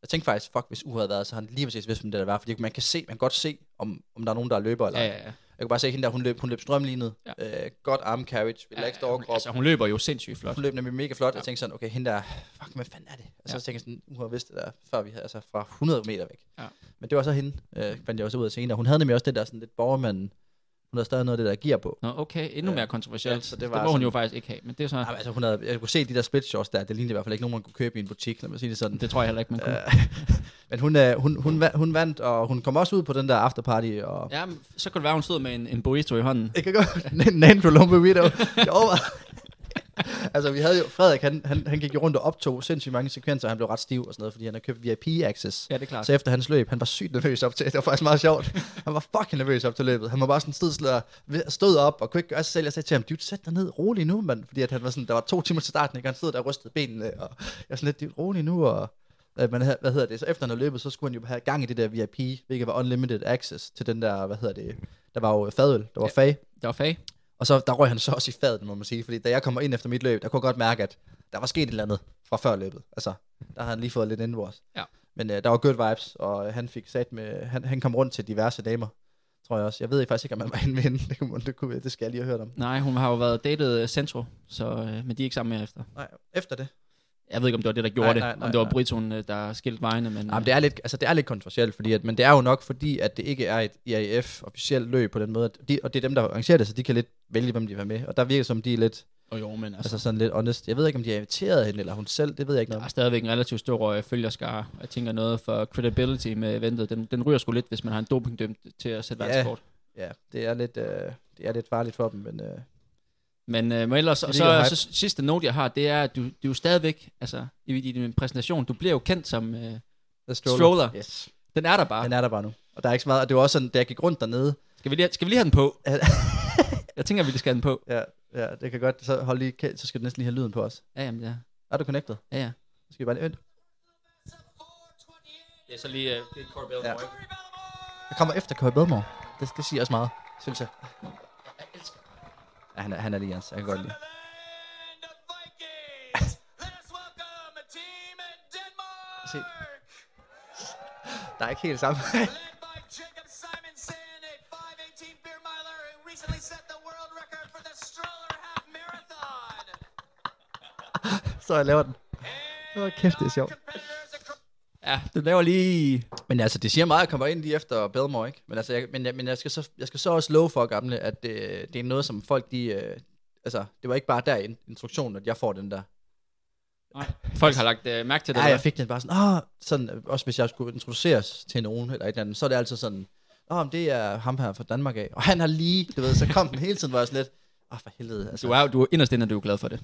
S4: jeg tænkte faktisk, fuck, hvis uret havde været, så havde han lige præcis vidst, hvem det der var. Fordi man kan se, man kan godt se, om, om der er nogen, der er løber eller
S5: Ja,
S4: ej.
S5: ja, ja.
S4: Jeg kunne bare se hende der, hun løb, hun løb strømlignet. Ja. Øh, godt arm carriage, relaxed ja,
S5: hun,
S4: overkrop.
S5: altså, hun løber jo sindssygt flot.
S4: Hun løb nemlig mega flot. Ja. Jeg tænkte sådan, okay, hende der, fuck, hvad fanden er det? Og så
S5: Ja.
S4: tænkte jeg sådan, hun har vidst det der, før vi havde, altså fra 100 meter væk.
S5: Ja.
S4: Men det var så hende, øh, fandt jeg også ud af senere. Hun havde nemlig også det der sådan lidt borgermand, hun havde stadig noget af det der gear på.
S5: Nå, okay, endnu
S4: Ja.
S5: mere kontroversielt.
S4: Ja,
S5: Ja,
S4: så det
S5: det, det
S4: var
S5: må hun
S4: sådan-
S5: jo faktisk ikke have, men det er så...
S4: Ja. Altså, hun havde, jeg kunne se de der split shorts der, det lignede i hvert fald ikke nogen, man kunne købe i en butik, lad mig sige det sådan.
S5: Det tror jeg heller ikke, man kunne.
S4: Øh, men hun, øh, hun, hun, hun, hun, vandt, og hun kom også ud på den der afterparty, og
S5: Ja, men så kunne det være, hun stod med en, en burrito i hånden.
S4: Jeg kan godt. Nandro Lombarito. Jeg overvejede. altså, vi havde jo, Frederik, han, han, han gik jo rundt og optog sindssygt mange sekvenser, og han blev ret stiv og sådan noget, fordi han har købt VIP-access.
S5: Ja, det er klart.
S4: Så efter hans løb, han var sygt nervøs op til, det var faktisk meget sjovt. Han var fucking nervøs op til løbet. Han var bare sådan stedslør, stod op og kunne ikke gøre sig selv. Jeg sagde til ham, dude, sæt dig ned, rolig nu, mand. Fordi at han var sådan, der var to timer til starten, ikke? Og han stod der og rystede benene, og jeg var sådan lidt, dude, rolig nu, og øh, men hvad hedder det, så efter han havde løbet, så skulle han jo have gang i det der VIP, hvilket var unlimited access til den der, hvad hedder det, der var jo fadøl, der var fag,
S5: Det var fag.
S4: og så der røg han så også i fadet, må man sige. Fordi da jeg kommer ind efter mit løb, der kunne jeg godt mærke, at der var sket et eller andet fra før løbet. Altså, der havde han lige fået lidt indenbords.
S5: Ja.
S4: Men øh, der var good vibes, og øh, han fik sat med, han, han kom rundt til diverse damer. tror jeg også. Jeg ved ikke faktisk ikke, om han var en ven. Det, kunne, det, kunne, det skal jeg lige have hørt om.
S5: Nej, hun har jo været datet øh, Centro, så, øh, men de er ikke sammen mere efter.
S4: Nej, efter det.
S5: Jeg ved ikke, om det var det, der gjorde
S4: Nej,
S5: det.
S4: nej, nej,
S5: om det var
S4: nej.
S5: Britoen, øh, der skilte vejene. Men, øh,
S4: Jamen, det er lidt, altså, det er lidt kontroversielt, fordi at, men det er jo nok fordi, at det ikke er et E IAF-officielt løb på den måde, at de, og det er dem, der arrangerer det, så de kan lidt vælge, hvem de vil være med. Og der virker som, de er lidt,
S5: øh, og jo, men altså,
S4: altså sådan lidt honest. Jeg ved ikke, om de har inviteret hende, eller hun selv, det ved jeg ikke noget
S5: der
S4: om.
S5: er stadigvæk en relativt stor øh, følgerskare. Jeg tænker noget for credibility med eventet. Den, den ryger sgu lidt, hvis man har en dopingdømt til at sætte
S4: Ja.
S5: verdenskort.
S4: Ja, det er lidt, øh, det er lidt farligt for dem, men øh,
S5: Men, øh, men ellers, så,
S4: Det ligger
S5: så, så sidste note, jeg har, det er, at du, du er jo stadigvæk, altså i, i din præsentation, du bliver jo kendt som, øh,
S4: The
S5: Stroller.
S4: Yes.
S5: den er der bare.
S4: Den er der bare nu. Og der er ikke så meget, og det var også sådan, da jeg gik rundt dernede,
S5: Skal vi lige, skal vi lige have den på?
S4: Al-
S5: jeg tænker, vi lige skal have den på.
S4: ja, ja, det kan godt, så hold lige, så skal du næsten lige have lyden på os.
S5: Ja, jamen, ja.
S4: Er du connected?
S5: ja, ja.
S4: Så skal vi bare lige, vent.
S5: Det er så lige uh, det Corbell
S4: Ja. Moore, Jeg kommer efter Køj Bedmore. Det, det siger også meget, synes jeg. Ja, han er, han er lige hans. Jeg kan godt lide. Se. Der er ikke helt samme. så jeg laver den. Åh, kæft, det er sjovt.
S5: Ja, du laver lige...
S4: Men altså, det siger meget, at jeg kommer ind lige efter Belmore, ikke? Men altså, jeg, men, jeg, men jeg, skal så, jeg skal så også love for, gamle, at det, det er noget, som folk, de... Øh, altså, det var ikke bare der i in- instruktionen, at jeg får den der.
S5: Folk har lagt uh, mærke til det.
S4: Ja, jeg
S5: eller?
S4: fik den bare sådan, åh, sådan, øh, også hvis jeg skulle introduceres til nogen eller et eller andet, så er det altid sådan, åh, men det er ham her fra Danmark af, og han har lige, du ved, så kom den hele tiden, var jeg sådan lidt, åh, for helvede, altså.
S5: Du er jo du, er- inderst inde, er du jo glad for det.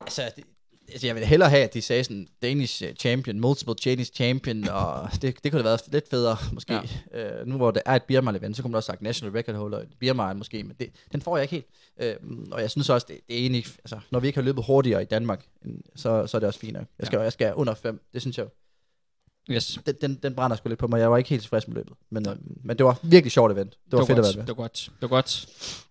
S4: altså, det, altså, jeg ville hellere have, at de sagde sådan, Danish øh, champion, multiple Danish champion, og det, det kunne have været lidt federe, måske. Ja. Øh, nu hvor det er et Birmal event, så kunne man også have sagt national record holder, Birmal måske, men det, den får jeg ikke helt. Øh, og jeg synes også, det, det er egentlig, altså, når vi ikke har løbet hurtigere i Danmark, end- så, så er det også fint nok. Jeg skal, ja. jeg skal under 5, det synes jeg.
S5: Yes. Det
S4: Den, den, den brænder sgu lidt på mig, jeg var ikke helt tilfreds med løbet, men, øh, men det var virkelig sjovt event. Det var, det var fedt
S5: godt.
S4: at være
S5: Det
S4: med.
S5: var godt. Det var godt.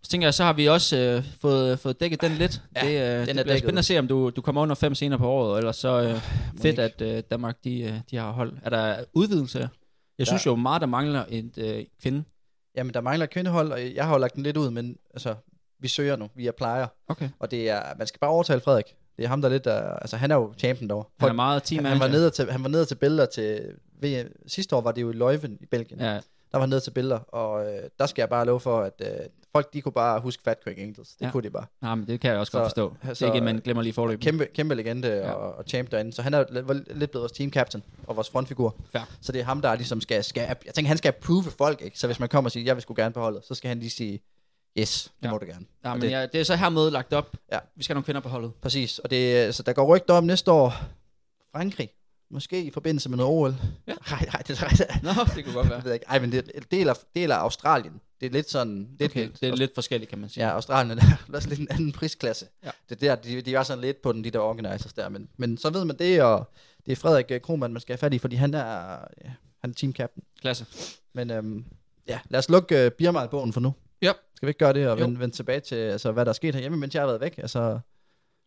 S5: Så tænker jeg, så har vi også øh, fået, fået dækket den lidt.
S4: Ja,
S5: det, øh, det
S4: er
S5: bliver
S4: dækket.
S5: spændende at se, om du, du kommer under fem senere på året, eller så øh, fedt,
S4: ikke.
S5: at øh, Danmark de, øh, de har hold. Er der udvidelse? Jeg synes jo meget, der mangler en øh, kvinde.
S4: Jamen, der mangler et kvindehold, og jeg har jo lagt den lidt ud, men altså, vi søger nu, vi er plejer.
S5: Okay.
S4: Og det er, man skal bare overtale Frederik. Det er ham, der er lidt, der, altså han er jo champion derovre.
S5: Han er meget team
S4: han, han, var nede til, han var nede til billeder til, VM. sidste år var det jo i Løjven i Belgien.
S5: Ja,
S4: Der var han nede til billeder, og øh, der skal jeg bare love for, at øh, folk, de kunne bare huske Fat Craig Engels. Det
S5: Ja.
S4: ja. kunne de bare.
S5: nej, men det kan jeg også
S4: Så-
S5: godt forstå. det
S4: så-
S5: er ikke, man glemmer lige forløbet.
S4: Kæmpe, kæmpe legende ja. og, og champ derinde. Så han er jo lidt- var lidt blevet vores team captain og vores frontfigur.
S5: Fair.
S4: Så det er ham, der ligesom skal, skal, jeg tænker, han skal prove folk, ikke? Så hvis man kommer og siger, jeg vil sgu gerne på holdet, så skal han lige sige, yes, det
S5: Ja.
S4: ja. må du gerne.
S5: Ja,
S4: Og
S5: men
S4: det,
S5: det... Ja, det er så hermed lagt op.
S4: Ja.
S5: Vi skal have nogle kvinder på holdet.
S4: Præcis, og det, så der går rygter om næste år Frankrig. Måske i forbindelse med noget OL.
S5: Ja.
S4: Nej, nej, det, det,
S5: Nå, det kunne godt være.
S4: det ved jeg ikke. Ej, men det er en del af, del af Australien. Det er lidt sådan... Lidt
S5: Okay, det er lidt forskelligt, kan man sige.
S4: Ja, Australien er også lidt en anden prisklasse.
S5: Ja.
S4: Det er der, de, de var sådan lidt på den, de der organizers der. Men, men så ved man det, og det er Frederik øh, Krohmann, man skal have fat i, fordi han er, ja, han er teamkapten.
S5: Klasse.
S4: Men øhm, ja, lad os lukke øh, Birmal-bogen for nu.
S5: Ja.
S4: Skal vi ikke gøre det og
S5: Jo.
S4: vende, vende tilbage til, altså, hvad der er sket herhjemme, mens jeg har været væk? Altså,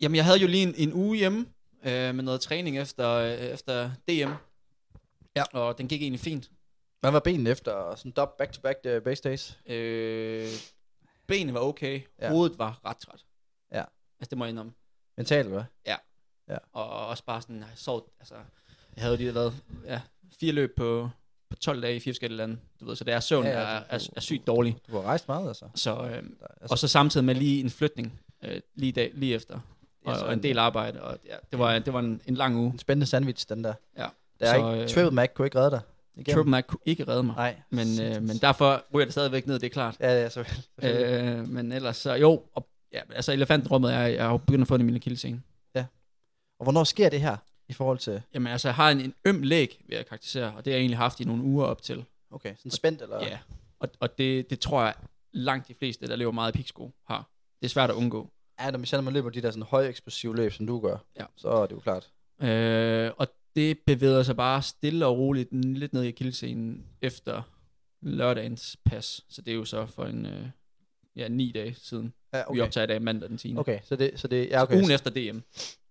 S5: Jamen, jeg havde jo lige en, en uge hjemme øh, med noget træning efter, øh, efter DM.
S4: Ja.
S5: Og den gik egentlig fint.
S4: hvad var benen efter sådan dob back-to-back øh, base days?
S5: Øh, benene var okay,
S4: Ja.
S5: hovedet var ret træt.
S4: Ja.
S5: Altså, det må jeg indrømme.
S4: Mentalt, hvad?
S5: Og også bare sådan, jeg sov, altså, jeg havde jo lige været ja, fire løb på, på 12 dage i fire forskellige lande. Du ved, så det er søvn, ja,
S4: Ja,
S5: ja,
S4: ja,
S5: er,
S4: du-
S5: er, er sygt dårlig.
S4: Du har rejst meget, altså.
S5: Så, øh,
S4: Der- altså
S5: og så samtidig med lige en flytning øh, lige, dag, lige efter.
S4: Ja,
S5: Og,
S4: så
S5: og en
S4: en-
S5: del arbejde, og ja, det var, det var en, en lang uge.
S4: en spændende sandwich, den der.
S5: Ja.
S4: Der er
S5: Så,
S4: ikke,
S5: øh,
S4: Triple Mac kunne ikke redde dig. igennem.
S5: Triple Mac kunne ikke redde mig.
S4: Nej.
S5: Men, øh, men derfor ryger det stadigvæk ned, det er klart.
S4: Ja, ja, så øh,
S5: Øh, men ellers så, jo, og, ja, altså elefantrummet er, jeg har jo begyndt at få det i min akillescene.
S4: Og hvornår sker det her i forhold til...
S5: Jamen altså, jeg har en, en øm læg, vil jeg karakterisere, og det har jeg egentlig haft i nogle uger op til.
S4: Okay, sådan spændt, eller...
S5: Ja, ja. og, og det, det tror jeg langt de fleste, der lever meget i pigsko, har. Det er svært at undgå.
S4: Ja, når man, selv når man løber de der sådan høje eksplosive løb, som du gør,
S5: Ja.
S4: så er det jo klart.
S5: Øh, og det bevæger sig bare stille og roligt n- lidt ned i akillescenen efter lørdagens pas. Så det er jo så for en, øh, ja, ni dage siden.
S4: Ja,
S5: Okay. Vi optager i dag mandag den 10.
S4: Okay, så det... Så det ja, okay.
S5: Okay. Ugen efter DM.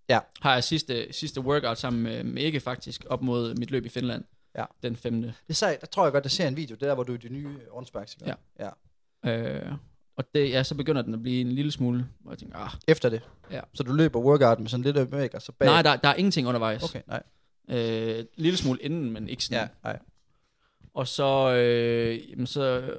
S4: Ja.
S5: Har jeg sidste, sidste workout sammen med, med Ikke faktisk op mod mit løb i Finland.
S4: Ja.
S5: den femte.
S4: Det er sejt. Der tror jeg godt, der ser en video. Det der, hvor du er i de nye øh, åndsparks.
S5: Ja.
S4: ja.
S5: Øh, og det, ja, så begynder den at blive en lille smule, hvor jeg tænker, ah,
S4: Efter det.
S5: Ja.
S4: Så du løber workout med sådan lidt ømæk, og så bag.
S5: nej, der, der er ingenting undervejs.
S4: Okay, nej.
S5: Øh, lille smule inden, men ikke sådan.
S4: Ja, nej.
S5: Og så, øh, jamen så, øh,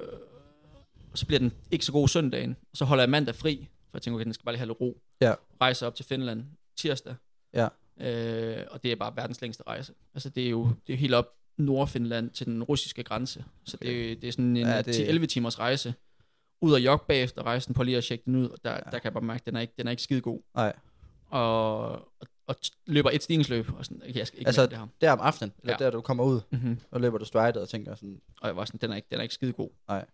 S5: så bliver den ikke så god søndagen. Så holder jeg mandag fri, for jeg tænker, okay, den skal bare lige have lidt ro.
S4: Ja.
S5: Rejser op til Finland tirsdag.
S4: Ja.
S5: Øh, og det er bare verdens længste rejse. Altså det er jo det er jo helt op Nordfinland til den russiske grænse. Så okay. det, er- det er sådan en
S4: Ja,
S5: ja,
S4: det-
S5: det... 10-11 timers rejse. Ud og jogge bagefter rejsen på lige at tjekke den ud. Og der, ja. der kan jeg bare mærke, at den er ikke, den er ikke skide god.
S4: Nej.
S5: Og, og, og t- løber et stigningsløb. Og sådan, okay, jeg skal ikke
S4: Altså-
S5: altså... det her.
S4: Der om aftenen, eller ja.
S5: Ja.
S4: der du kommer ud,
S5: Mm-hmm.
S4: og løber du stridet og tænker sådan,
S5: Og jeg var sådan, den er ikke, den er ikke skide god.
S4: Nej.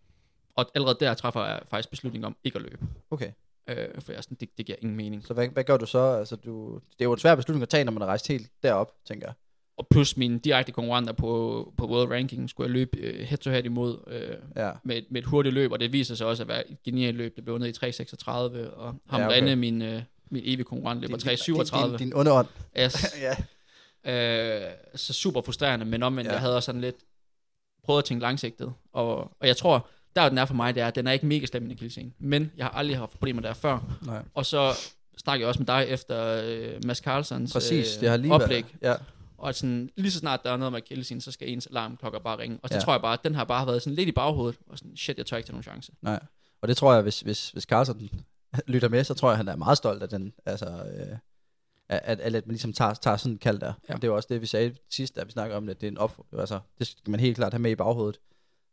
S5: Og allerede der træffer jeg faktisk beslutningen om ikke at løbe.
S4: okay,
S5: Øh, for jeg er sådan, det, det giver ingen mening.
S4: så hvad, hvad gør du så? Altså, du, det er jo en svær beslutning at tage, når man er rejst helt derop, tænker jeg.
S5: Og plus mine direkte konkurrenter på, på World Ranking skulle jeg løbe øh, head to head imod øh,
S4: Ja,
S5: med, et, med et hurtigt løb, og det viser sig også at være et genialt løb. Det blev ned i 3.36, og ham
S4: Ja,
S5: ja,
S4: okay.
S5: okay. rende min, øh, min evige konkurrent løber 3.37.
S4: Din, din, din underånd.
S5: Yes.
S4: ja.
S5: Øh, så super frustrerende, men omvendt,
S4: Ja.
S5: ja. jeg havde også sådan lidt prøvet at tænke langsigtet. Og, og jeg tror, der hvor den er for mig, det er, at den er ikke mega slem i akillescenen. Men jeg har aldrig haft problemer der før.
S4: Nej.
S5: Og så snakker jeg også med dig efter øh, Mads Carlsons
S4: Præcis,
S5: øh,
S4: det har lige
S5: oplæg.
S4: været. Ja,
S5: Og at sådan, lige så snart der er noget med akillescenen, så skal ens alarmklokker bare ringe. Og så
S4: Ja.
S5: ja. tror jeg bare, at den har bare været sådan lidt i baghovedet. Og sådan, shit, jeg tør ikke tage nogen chance.
S4: nej. Og det tror jeg, hvis, hvis, hvis Carlsen lytter med, så tror jeg, han er meget stolt af den, altså, øh, at, at, at man ligesom tager, tager sådan en kald der. Ja.
S5: Ja.
S4: Og det er jo også det, vi sagde sidst, da vi snakkede om det, det er en op, altså, det skal man helt klart have med i baghovedet.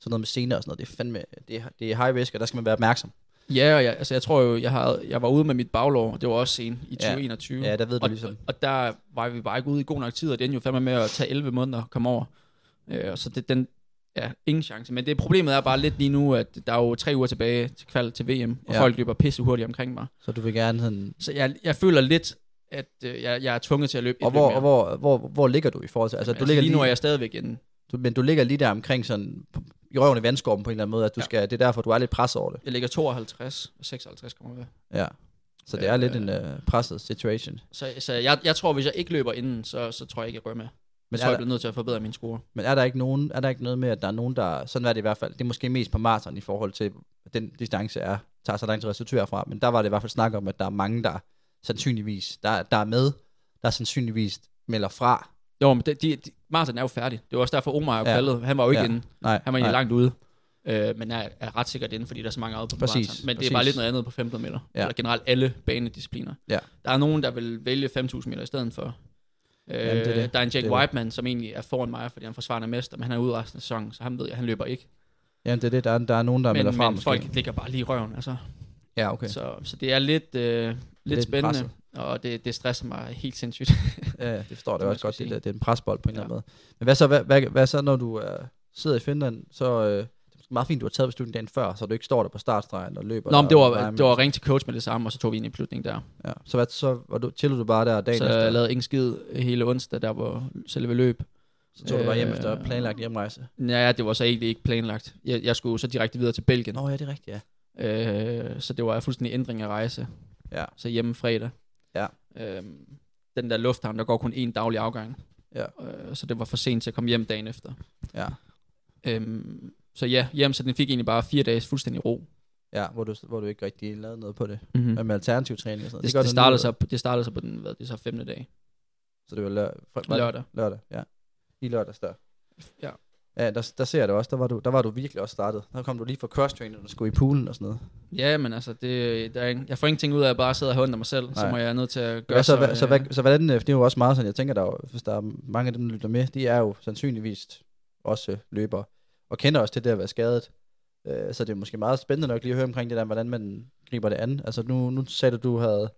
S4: Sådan noget med scener og sådan noget, det er fandme, det er, det er high risk, og der skal man være opmærksom.
S5: Ja, og jeg, altså, jeg tror jo, jeg, har, jeg var ude med mit baglår, og det var også sen i
S4: Ja.
S5: 2021.
S4: Ja, der ved du
S5: og,
S4: ligesom.
S5: og der var vi bare ikke ude i god nok tid, og det endte jo fandme med at tage 11 måneder at komme over. Øh, og så det, den, ja, ingen chance. Men det problemet er bare lidt lige nu, at der er jo tre uger tilbage til kval til VM, og
S4: Ja.
S5: ja. folk løber pisse hurtigt omkring mig.
S4: Så du vil gerne sådan...
S5: Så jeg, jeg føler lidt, at øh, jeg, jeg er tvunget til at løbe
S4: Og
S5: et
S4: hvor,
S5: løb
S4: og hvor,
S5: mere.
S4: hvor, hvor ligger du i forhold til... Altså, du
S5: altså,
S4: ligger
S5: lige, lige nu er jeg stadigvæk inde.
S4: du, men du ligger lige der omkring sådan... på- I røven i vandskorben på en eller anden måde, at du ja.
S5: Ja.
S4: skal... Det er derfor, du er lidt presset over det.
S5: Jeg ligger 52 og 56 kommer ved.
S4: Ja. Så det er
S5: Øh,
S4: lidt en øh, presset situation.
S5: Så, så jeg, jeg tror, hvis jeg ikke løber inden, så, så tror jeg ikke, jeg går med.
S4: Men
S5: Men jeg tror,
S4: er der-
S5: jeg bliver nødt til at forbedre min score.
S4: Men er der ikke nogen, er der ikke noget med, at der er nogen, der... Sådan er det i hvert fald. Det er måske mest på maraton i forhold til, at den distance er, tager så lang tid at restituere fra. Men der var det i hvert fald snak om, at der er mange, der sandsynligvis... Der, der er med, der sandsynligvis melder fra.
S5: Jo, men det, de, de, Martin er jo færdig. Det var også derfor, Omar er
S4: Ja.
S5: ja. kaldet. Han var jo ikke
S4: Ja.
S5: ja. inde.
S4: Nej,
S5: Han var egentlig
S4: nej.
S5: langt ude. Øh, men er, er ret sikkert inde, fordi der er så mange andre på
S4: Præcis,
S5: maraton. Men det
S4: præcis.
S5: er bare lidt noget andet på 15 meter.
S4: Ja.
S5: Ja. Eller generelt alle banediscipliner.
S4: Ja.
S5: Der er nogen, der vil vælge 5.000 meter i stedet for. Øh,
S4: Jamen, det er det.
S5: Der er en
S4: Det er
S5: Jake
S4: det.
S5: Whiteman, som egentlig er foran mig, fordi han er forsvarende mester, men han er ude resten af sæsonen, så han ved jeg, han løber ikke.
S4: Jamen, det er det. Der er, der er nogen, der
S5: men
S4: melder fra,
S5: men
S4: måske.
S5: folk ligger bare lige i røven. Altså.
S4: Ja, okay.
S5: Okay. Så, så det er lidt, øh, lidt,
S4: Lidt
S5: lidt spændende,
S4: presset.
S5: og det, det stresser mig helt sindssygt.
S4: Ja, det forstår det
S5: man
S4: også
S5: skal
S4: godt, det,
S5: sige.
S4: der, det er en presbold på en eller anden måde. Men hvad så, hvad, hvad, hvad så når du øh, sidder i Finland, så øh, det er måske meget fint, du har taget beslutningen dagen før, så du ikke står der på startstregen og løber.
S5: Nå, men det
S4: der, og
S5: var,
S4: vejer
S5: det var
S4: med.
S5: at ringe til coach med det samme, og så tog vi en beslutning der.
S4: Ja. Så, hvad, så var du, chillede du bare der dagen
S5: så
S4: efter,
S5: jeg lavede ingen skid hele onsdag, der var selve løb.
S4: så tog du bare hjem
S5: øh,
S4: efter planlagt hjemrejse.
S5: Ja, det var så egentlig ikke planlagt. Jeg, jeg skulle jo så direkte videre til Belgien,
S4: Nå, ja, det er rigtigt, ja.
S5: øh, så det var fuldstændig ændring af rejse.
S4: Ja.
S5: Så hjemme fredag.
S4: Ja.
S5: Øh, den der lufthavn, der går kun en daglig afgang.
S4: Ja.
S5: Øh, så det var for sent til at komme hjem dagen efter.
S4: Ja,
S5: Øh, så ja, hjem, så den fik egentlig bare fire dages fuldstændig ro.
S4: ja hvor, du, hvor du ikke rigtig lavede noget på det.
S5: Mm-hmm.
S4: Hvad med alternativ træning og sådan noget?
S5: Det,
S4: gør
S5: det,
S4: du nu,
S5: startede
S4: eller?
S5: så, det startede så på den, hvad, det er så femte dag.
S4: Så det var lør, fr- var det?
S5: Lørdag.
S4: Lørdag, ja. I lørdags der.
S5: Ja.
S4: Ja, der, der ser jeg det også. Der var, du, der var du virkelig også startet. Der kom du lige fra cross-training, og skulle i poolen og sådan noget.
S5: Ja, men altså, det, der er, ingen- jeg får ingenting ud af at bare sidde og håndte mig selv, Nej. så
S4: Nej.
S5: må jeg nødt til at gøre
S4: Hvad så, hvad,
S5: øh,
S4: så, hvad, så hvordan, øh, for det er jo også meget sådan, jeg tænker, der, er jo- hvis der er mange af dem, der lytter med, de er jo sandsynligvis også øh, løbere, og kender også til det at være skadet. Øh, Så det er måske meget spændende nok lige at høre omkring det der, hvordan man griber det an. Altså nu, nu sagde du, du havde,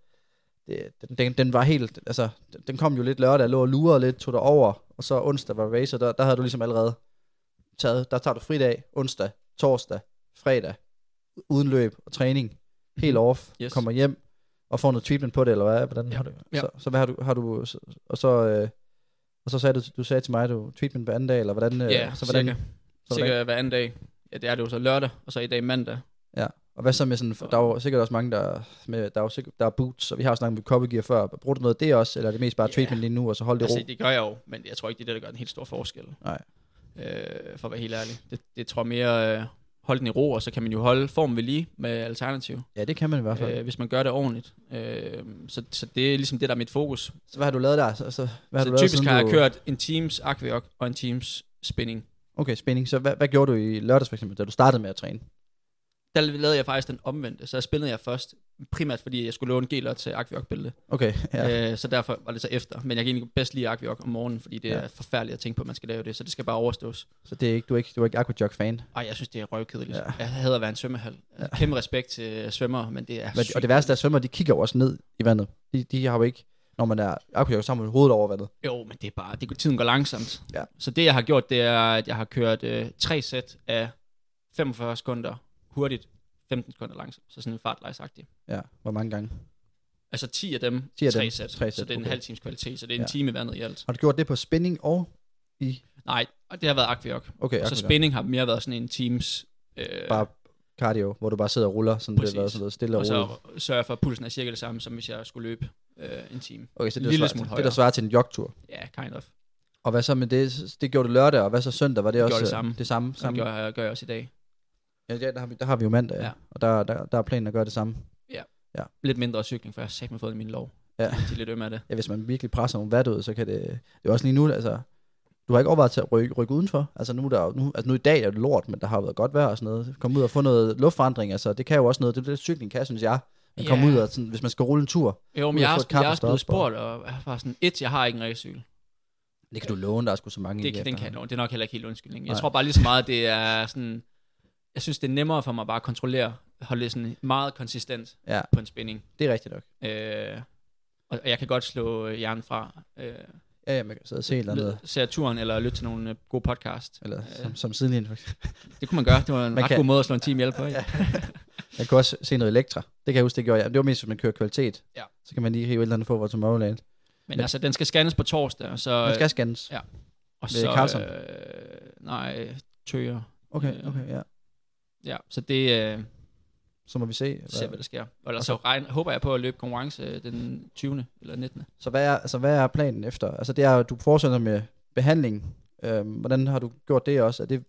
S4: det, den- den, den var helt, altså den- den kom jo lidt lørdag, lå og lurede lidt, tog dig over, og så onsdag var racer, der, der havde du ligesom allerede taget, der tager du fridag, onsdag, torsdag, fredag, uden løb og træning, helt off, Mhm. yes.
S5: Yes.
S4: kommer hjem, og får noget treatment på det, eller hvad? Hvordan
S5: Ja.
S4: har du,
S5: Ja.
S4: så, så hvad har du, har du så- og så, øh, og så sagde du, du sagde til mig, du treatment hver anden dag, eller hvordan? øh,
S5: Ja,
S4: så hvordan
S5: cirka,
S4: så
S5: cirka hver anden dag. Ja, det er det jo så lørdag, og så i dag mandag.
S4: Ja, Og hvad så med sådan, der er jo sikkert også mange, der, med, der, er jo sikkert, der er boots, og vi har jo snakket om koppegear før. Bruger du noget af det også, eller er det mest bare
S5: Ja.
S4: treatment lige nu, og så hold det
S5: Altså,
S4: ro?
S5: det gør jeg jo, men jeg tror ikke, det er det, der gør en helt stor forskel.
S4: Nej.
S5: Øh, for at være helt ærlig. Det, det tror jeg mere, øh, hold den i ro, og så kan man jo holde formen ved lige med alternativ,
S4: Ja, det kan man i hvert fald.
S5: øh, hvis man gør det ordentligt. Øh, så, så det er ligesom det, der er mit fokus.
S4: Så hvad har du lavet der? Så, så, hvad har du
S5: så
S4: lavet,
S5: typisk
S4: siden
S5: har jeg
S4: du...
S5: kørt en teams akværk og en teams spinning.
S4: Okay, spænding. Så hvad, hvad gjorde du i lørdags for eksempel, da du startede med at træne?
S5: Der lavede jeg faktisk den omvendte, så jeg spillede jeg først, primært fordi jeg skulle låne geler til akværk
S4: Okay, ja.
S5: Ja. Øh, så derfor var det så efter. Men jeg kan egentlig bedst lide Aquioc om morgenen, fordi det
S4: Ja.
S5: ja. er forfærdeligt at tænke på, at man skal lave det, så det skal bare overstås.
S4: Så det er ikke, du er ikke, du er ikke aquajog-fan.
S5: Ej, jeg synes, det er røvkedeligt.
S4: Ja.
S5: Ja. Jeg hader at være en svømmehal. Ja. Kæmpe respekt til svømmere, men det er
S4: Men,
S5: sygt.
S4: og det værste er, at svømmer, de kigger jo også ned i vandet. De, de har jo ikke, når man er aquajog, så har man hovedet over vandet.
S5: Jo, men det er bare, det, tiden går langsomt.
S4: Ja.
S5: Så det, jeg har gjort, det er, at jeg har kørt øh, tre sæt af 45 sekunder hurtigt, 15 sekunder langsomt. Så sådan en fartlejsagtig.
S4: Ja, hvor mange gange.
S5: Altså 10 af dem,
S4: 10 af
S5: tre,
S4: dem,
S5: sæt.
S4: tre
S5: Så
S4: sæt,
S5: det er en
S4: okay.
S5: halv times kvalitet, så det er en
S4: Ja.
S5: time i vandet i alt.
S4: Har du gjort det på spænding og i...
S5: Nej, og det har været Aquioc.
S4: Okay,
S5: Så
S4: aquajog.
S5: spinning har mere været sådan en times... Øh,
S4: Bare cardio, hvor du bare sidder og ruller, sådan det
S5: Præcis.
S4: har været sådan noget stille og,
S5: Og
S4: roligt.
S5: så sørge for, at pulsen er cirka det samme, som hvis jeg skulle løbe øh, en time.
S4: Okay, så det,
S5: en
S4: er
S5: lille
S4: svaret-
S5: smule
S4: det der
S5: højere.
S4: svarer til en jogtur.
S5: Ja, kind of.
S4: Og hvad så med det? Så Det gjorde du lørdag, og hvad så søndag? Var det,
S5: Vi
S4: også
S5: gjorde det samme.
S4: Det samme,
S5: Så
S4: samme?
S5: gør jeg, gør jeg også i dag.
S4: Ja, ja, der har vi, der har vi jo mandag, ja.
S5: Ja.
S4: og der, der, der er planen at gøre det samme.
S5: Lidt mindre cykling, for jeg har sagt mig fået det i min lov.
S4: Ja.
S5: Jeg er lidt øm af det.
S4: Ja, hvis man virkelig presser nogle vat ud, så kan det... Det er også lige nu, altså... Du har ikke overvejet til at rykke, rykke udenfor? Altså nu, er der, jo- nu, altså nu i dag er det lort, men der har været godt vejr og sådan noget. Kom ud og få noget luftforandring, altså det kan jo også noget. Det er det, cykling kan, synes jeg. Man
S5: Ja.
S4: yeah. kommer ud og sådan, hvis man skal rulle en tur.
S5: Jo,
S4: Ud
S5: men jeg
S4: og
S5: er,
S4: få
S5: også,
S4: et
S5: jeg
S4: kaffe
S5: er også blevet
S4: og stoppe
S5: spurgt, og jeg er bare sådan, et, jeg har ikke en racecykel.
S4: Det kan du låne, der er sgu så mange
S5: Det,
S4: i
S5: kan- den
S4: efter.
S5: kan jeg nå. Det er nok heller ikke helt undskyldning. Jeg
S4: Nej.
S5: tror bare lige så meget, at det er sådan... Jeg synes, det er nemmere for mig bare at kontrollere, holde det sådan meget konsistent
S4: Ja,
S5: på en spænding.
S4: det er rigtigt nok.
S5: Øh, og og jeg kan godt slå øh, hjernen fra. Øh,
S4: Ja, ja, man kan sidde og se et eller andet.
S5: ser turen eller lytte til nogle øh, gode podcast.
S4: Eller
S5: Øh.
S4: som, som sidelinjen faktisk.
S5: Det kunne man gøre. Det var en
S4: Man
S5: ret
S4: kan-
S5: god måde at slå en time ihjel på. Ikke?
S4: Man kan også se noget elektra. Det kan jeg huske, det gjorde jeg. Det var mest, hvis man kører kvalitet.
S5: Ja.
S4: Så kan man lige hive et eller andet på, hvor Tomorrowland.
S5: Men
S4: Men-
S5: altså, den skal scannes på torsdag, og så...
S4: Man skal scannes.
S5: ja. og
S4: ved
S5: så,
S4: Carlson.
S5: Øh, nej, Tøger.
S4: Okay,
S5: Øh.
S4: okay, ja.
S5: Ja, så det øh,
S4: Så må vi se.
S5: ser,
S4: Hvad,
S5: hvad der sker. Og ellers
S4: Og så-
S5: så regn, håber jeg på at løbe konkurrence øh, den 20. eller 19.
S4: så hvad er, altså, hvad er planen efter? Altså det er, jo, du fortsætter med behandling. Øhm, hvordan har du gjort det også? Er det